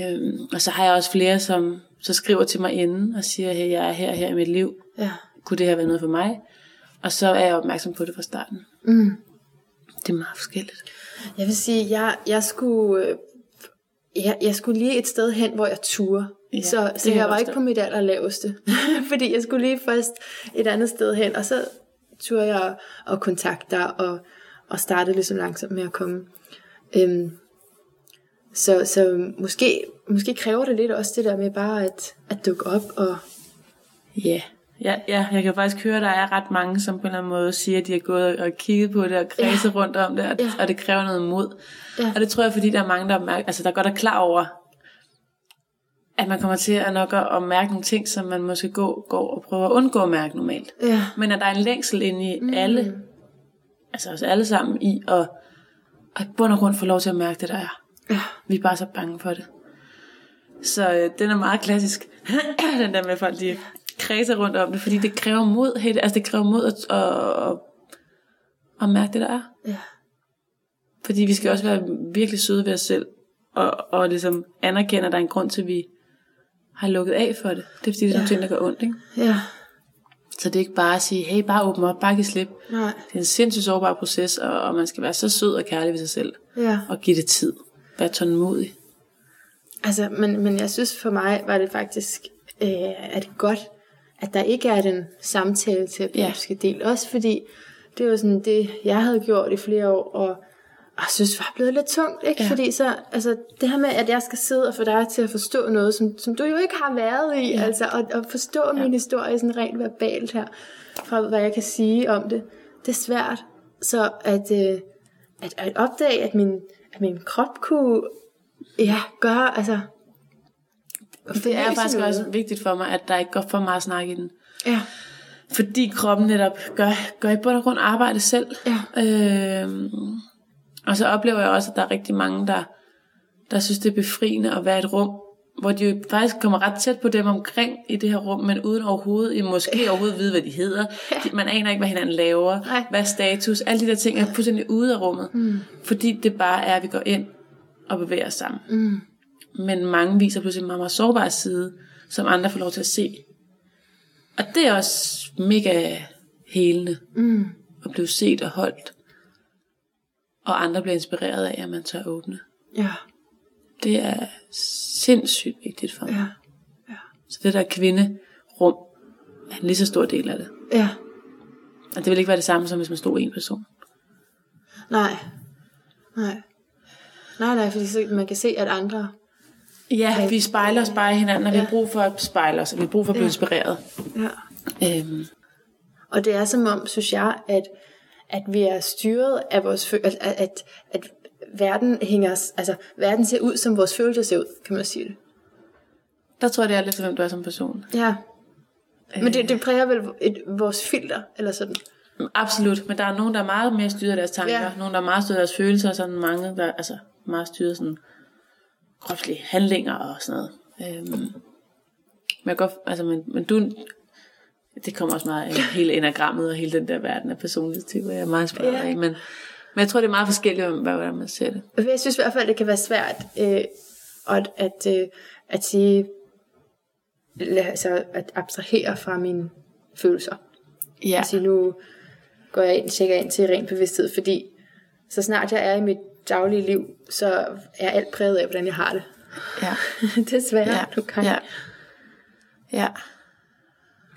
S2: Øhm, og så har jeg også flere, som så skriver til mig inden, og siger, hey, jeg er her og her i mit liv.
S1: Ja.
S2: Kunne det her være noget for mig? Og så er jeg opmærksom på det fra starten. Mm. Det er meget forskelligt.
S1: Jeg vil sige, jeg, jeg skulle... øh, Jeg, jeg skulle lige et sted hen, hvor jeg turde. Ja,
S2: Ja,
S1: så
S2: det
S1: så
S2: kan jeg
S1: jeg var
S2: også
S1: ikke
S2: da.
S1: på mit allerlaveste. Fordi jeg skulle lige først et andet sted hen, og så turde jeg at kontakte dig, og, og starte ligesom langsomt med at komme. Øhm, så så måske, måske kræver det lidt også det der med bare at, at dukke op. Og,
S2: Ja. Ja, ja, jeg kan faktisk høre, at der er ret mange, som på en eller anden måde siger, at de har gået og kigget på det og kredset ja. rundt om det, og,
S1: Ja.
S2: ja. og det kræver noget mod.
S1: Ja.
S2: Ja. Og det tror jeg, fordi der er mange, der, er mærke, altså, der godt er klar over, at man kommer til at nok at, at mærke nogle ting, som man måske går, går og prøver at undgå at mærke normalt.
S1: ja,
S2: Men at der er en længsel inde i mm. alle, altså os alle sammen, i at, at i bund og grund få lov til at mærke det, der er.
S1: ja,
S2: Vi er bare så bange for det. Så øh, den er meget klassisk, den der med at folk, de kredser rundt om det, fordi det kræver mod, helt, altså det kræver mod at, at, at, at mærke det, der er.
S1: ja,
S2: Fordi vi skal også være virkelig søde ved os selv, og, og ligesom anerkende, at der er en grund til, at vi har lukket af for det. Det er fordi, det er nogle ting, der gør ondt, ikke?
S1: ja,
S2: Så det er ikke bare at sige, hey, bare åbne op, bare giv slip.
S1: nej,
S2: Det er en sindssygt sårbar proces, og, og man skal være så sød og kærlig ved sig selv,
S1: ja.
S2: og give det tid. Vær tålmodig.
S1: Altså, men, men jeg synes for mig var det faktisk, øh, at det godt, at der ikke er den samtale til ja. del. Også fordi, det var sådan det, jeg havde gjort i flere år, og, og synes var blevet lidt tungt, ikke? Ja. Fordi så, altså, det her med, at jeg skal sidde og få dig til at forstå noget, som, som du jo ikke har været i, ja. altså, og, og forstå ja. min historie sådan rent verbalt her, fra hvad jeg kan sige om det, det er svært. Så at, øh, at, at opdage, at min, at min krop kunne Ja, gør, altså...
S2: Det er faktisk også vigtigt for mig, at der ikke går for meget snak i den.
S1: Ja,
S2: Fordi kroppen netop gør, gør i bund og grund arbejde selv.
S1: Ja.
S2: Øhm, og så oplever jeg også, at der er rigtig mange, der, der synes, det er befriende at være i et rum, hvor de jo faktisk kommer ret tæt på dem omkring i det her rum, men uden overhovedet, I måske overhovedet vide, hvad de hedder. De, man aner ikke, hvad hinanden laver,
S1: Nej.
S2: hvad er status, alle de der ting er fuldstændig ude af rummet. Mm. Fordi det bare er, at vi går ind og bevæger os sammen. Mm. Men mange viser pludselig en meget, meget sårbar side, som andre får lov til at se. Og det er også mega helende. Mm. At blive set og holdt. Og andre bliver inspireret af, at man tør åbne.
S1: ja,
S2: Det er sindssygt vigtigt for mig.
S1: ja.
S2: Så det der kvinderum er en lige så stor del af det.
S1: Ja.
S2: Og det vil ikke være det samme, som hvis man stod en person.
S1: Nej. Nej. Nej, nej, fordi så- man kan se, at andre...
S2: Ja, vi spejler og spejler hinanden, og ja. vi har brug for at spejle os, og vi har brug for at blive ja. inspireret.
S1: Ja.
S2: Øhm,
S1: Og det er som om, synes jeg, at, at vi er styret af vores... Fø- at, at, at, at verden hænger... os- Altså, verden ser ud, som vores følelser ser ud, kan man sige det.
S2: der tror jeg, det er lidt til, hvem du er som person.
S1: Ja. Men
S2: Øh.
S1: det, det præger vel et, vores filter, eller sådan.
S2: Mm, Absolut, men der er nogen, der er meget mere styret af deres tanker,
S1: Ja.
S2: ja. nogen, der er meget styret af deres følelser, og sådan mange, der er altså, meget styret af sådan kropslige handlinger og sådan noget. Øhm, men, jeg kan godt, altså, men, men du, det kommer også meget af hele enagrammet og hele den der verden af personlighedstyper, jeg er meget inspireret
S1: Ja.
S2: af, men, men jeg tror, det er meget forskelligt, hvem- hvordan man ser det.
S1: For Altså, Jeg synes i hvert fald, det kan være svært øh, at, at, øh, at sige, eller altså at abstrahere fra mine følelser.
S2: Ja.
S1: Altså nu går jeg ind, tjekker ind til ren bevidsthed, fordi så snart jeg er i mit daglige liv, så er alt præget af, hvordan jeg har det.
S2: ja.
S1: Desværre, ja. du kan.
S2: Ja. ja.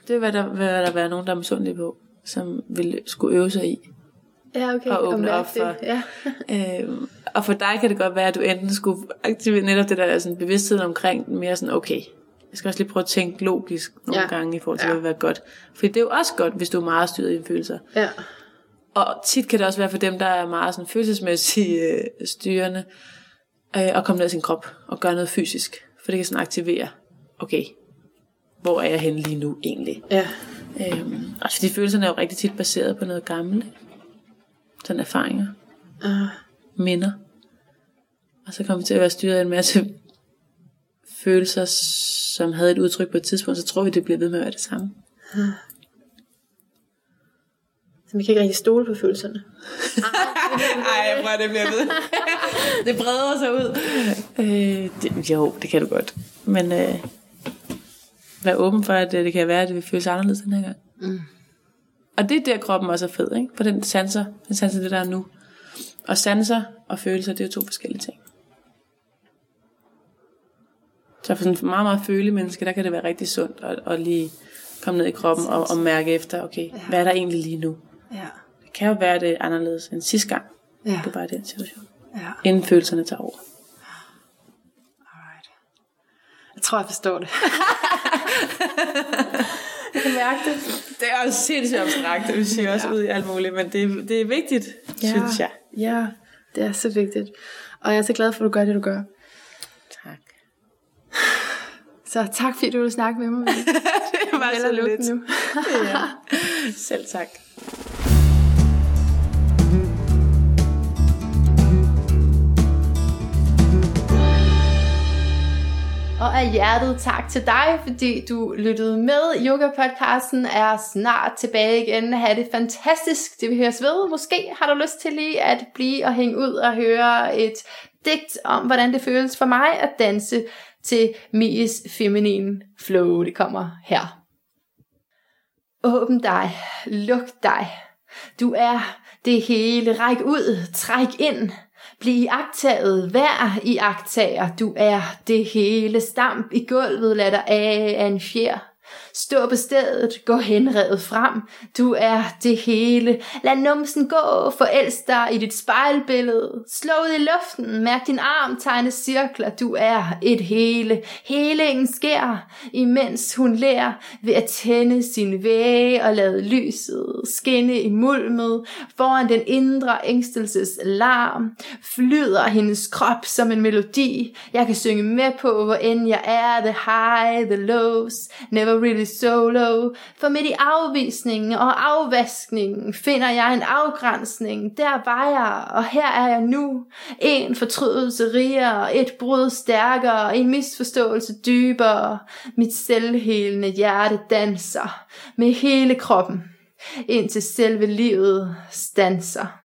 S2: Det vil der, vil der være nogen, der er misundelige på, som vil skulle øve sig i.
S1: ja okay.
S2: Og åbne
S1: mærke
S2: op for-
S1: det. Ja.
S2: Øhm, og for dig kan det godt være, at du enten skulle aktivere netop det der sådan, bevidsthed omkring, den mere sådan, okay, jeg skal også lige prøve at tænke logisk nogle
S1: Ja.
S2: ja. gange i forhold til,
S1: Ja.
S2: ja. hvad vil være godt. For det er jo også godt, hvis du er meget styret i dine følelser.
S1: ja.
S2: Og tit kan det også være for dem, der er meget sådan, følelsesmæssigt øh, styrende, øh, at komme ned i sin krop og gøre noget fysisk. For det kan sådan aktivere, okay, hvor er jeg henne lige nu egentlig?
S1: Ja.
S2: Øhm, altså fordi følelserne er jo rigtig tit baseret på noget gammelt. ikke? Sådan erfaringer,
S1: Uh,
S2: minder. Og så kommer vi til at være styret af en masse følelser, som havde et udtryk på et tidspunkt, så tror vi, det bliver ved med at være det samme.
S1: så vi kan ikke rigtig stole på følelserne.
S2: Ej, hvor det bliver ved. det breder sig ud. Øh, det, jo, det kan du godt. Men øh, vær åben for, at øh, det kan være, at det vil føles anderledes den her gang. Mm. Og det er der, kroppen også er fed, ikke? For den sanser, den sanser det, der er nu. Og sanser og følelser, det er jo to forskellige ting. Så for sådan en meget, meget følelig menneske, der kan det være rigtig sundt at, at lige komme ned i kroppen og, og mærke efter, okay, ja. hvad er der egentlig lige nu?
S1: Ja.
S2: Det kan jo være, det er anderledes end sidste gang,
S1: Ja.
S2: du var i den situation.
S1: Ja.
S2: Inden følelserne tager over.
S1: Alright. Jeg tror, jeg forstår det.
S2: Det er også sindssygt abstrakt, vi siger også ud i alt muligt, men det, det er vigtigt, ja. synes jeg.
S1: Ja, det er så vigtigt. Og jeg er så glad for, at du gør det, du gør.
S2: Tak.
S1: Så tak, fordi du ville snakke med mig. Mille.
S2: Det var
S1: Hellere
S2: så
S1: lukke
S2: lidt.
S1: den
S2: Nu.
S1: nu.
S2: ja. Selv tak.
S3: Og af hjertet tak til dig, fordi du lyttede med. Yoga-podcasten er snart tilbage igen. Ha' det fantastisk, det vi høres ved. Måske har du lyst til lige at blive og hænge ud og høre et digt om, hvordan det føles for mig at danse til Mies Feminine Flow. Det kommer her. Åbn dig. Luk dig. Du er det hele. Ræk ud. Træk ind. Bliv iagtaget. Vær i agtager. Du er det hele. Stamp i gulvet. Lad dig af af en fjer. Stå på stedet. Gå henrevet frem. Du er det hele. Lad numsen gå. Forelsk dig i dit spejlbillede. Slå ud i luften. Mærk din arm. Tegne cirkler. Du er et hele. Helingen sker, imens hun lærer ved at tænde sin væge og lade lyset skinne i mulmet foran den indre ængstelses larm. Flyder hendes krop som en melodi. Jeg kan synge med på, hvor end jeg er. The high, the lows, never really solo. For midt i afvisningen og afvaskningen finder jeg en afgrænsning. Der var jeg, og her er jeg nu. En fortrydelse rigere, et brud stærkere, en misforståelse dybere. Mit selvhelende hjerte danser med hele kroppen, indtil selve livet stanser.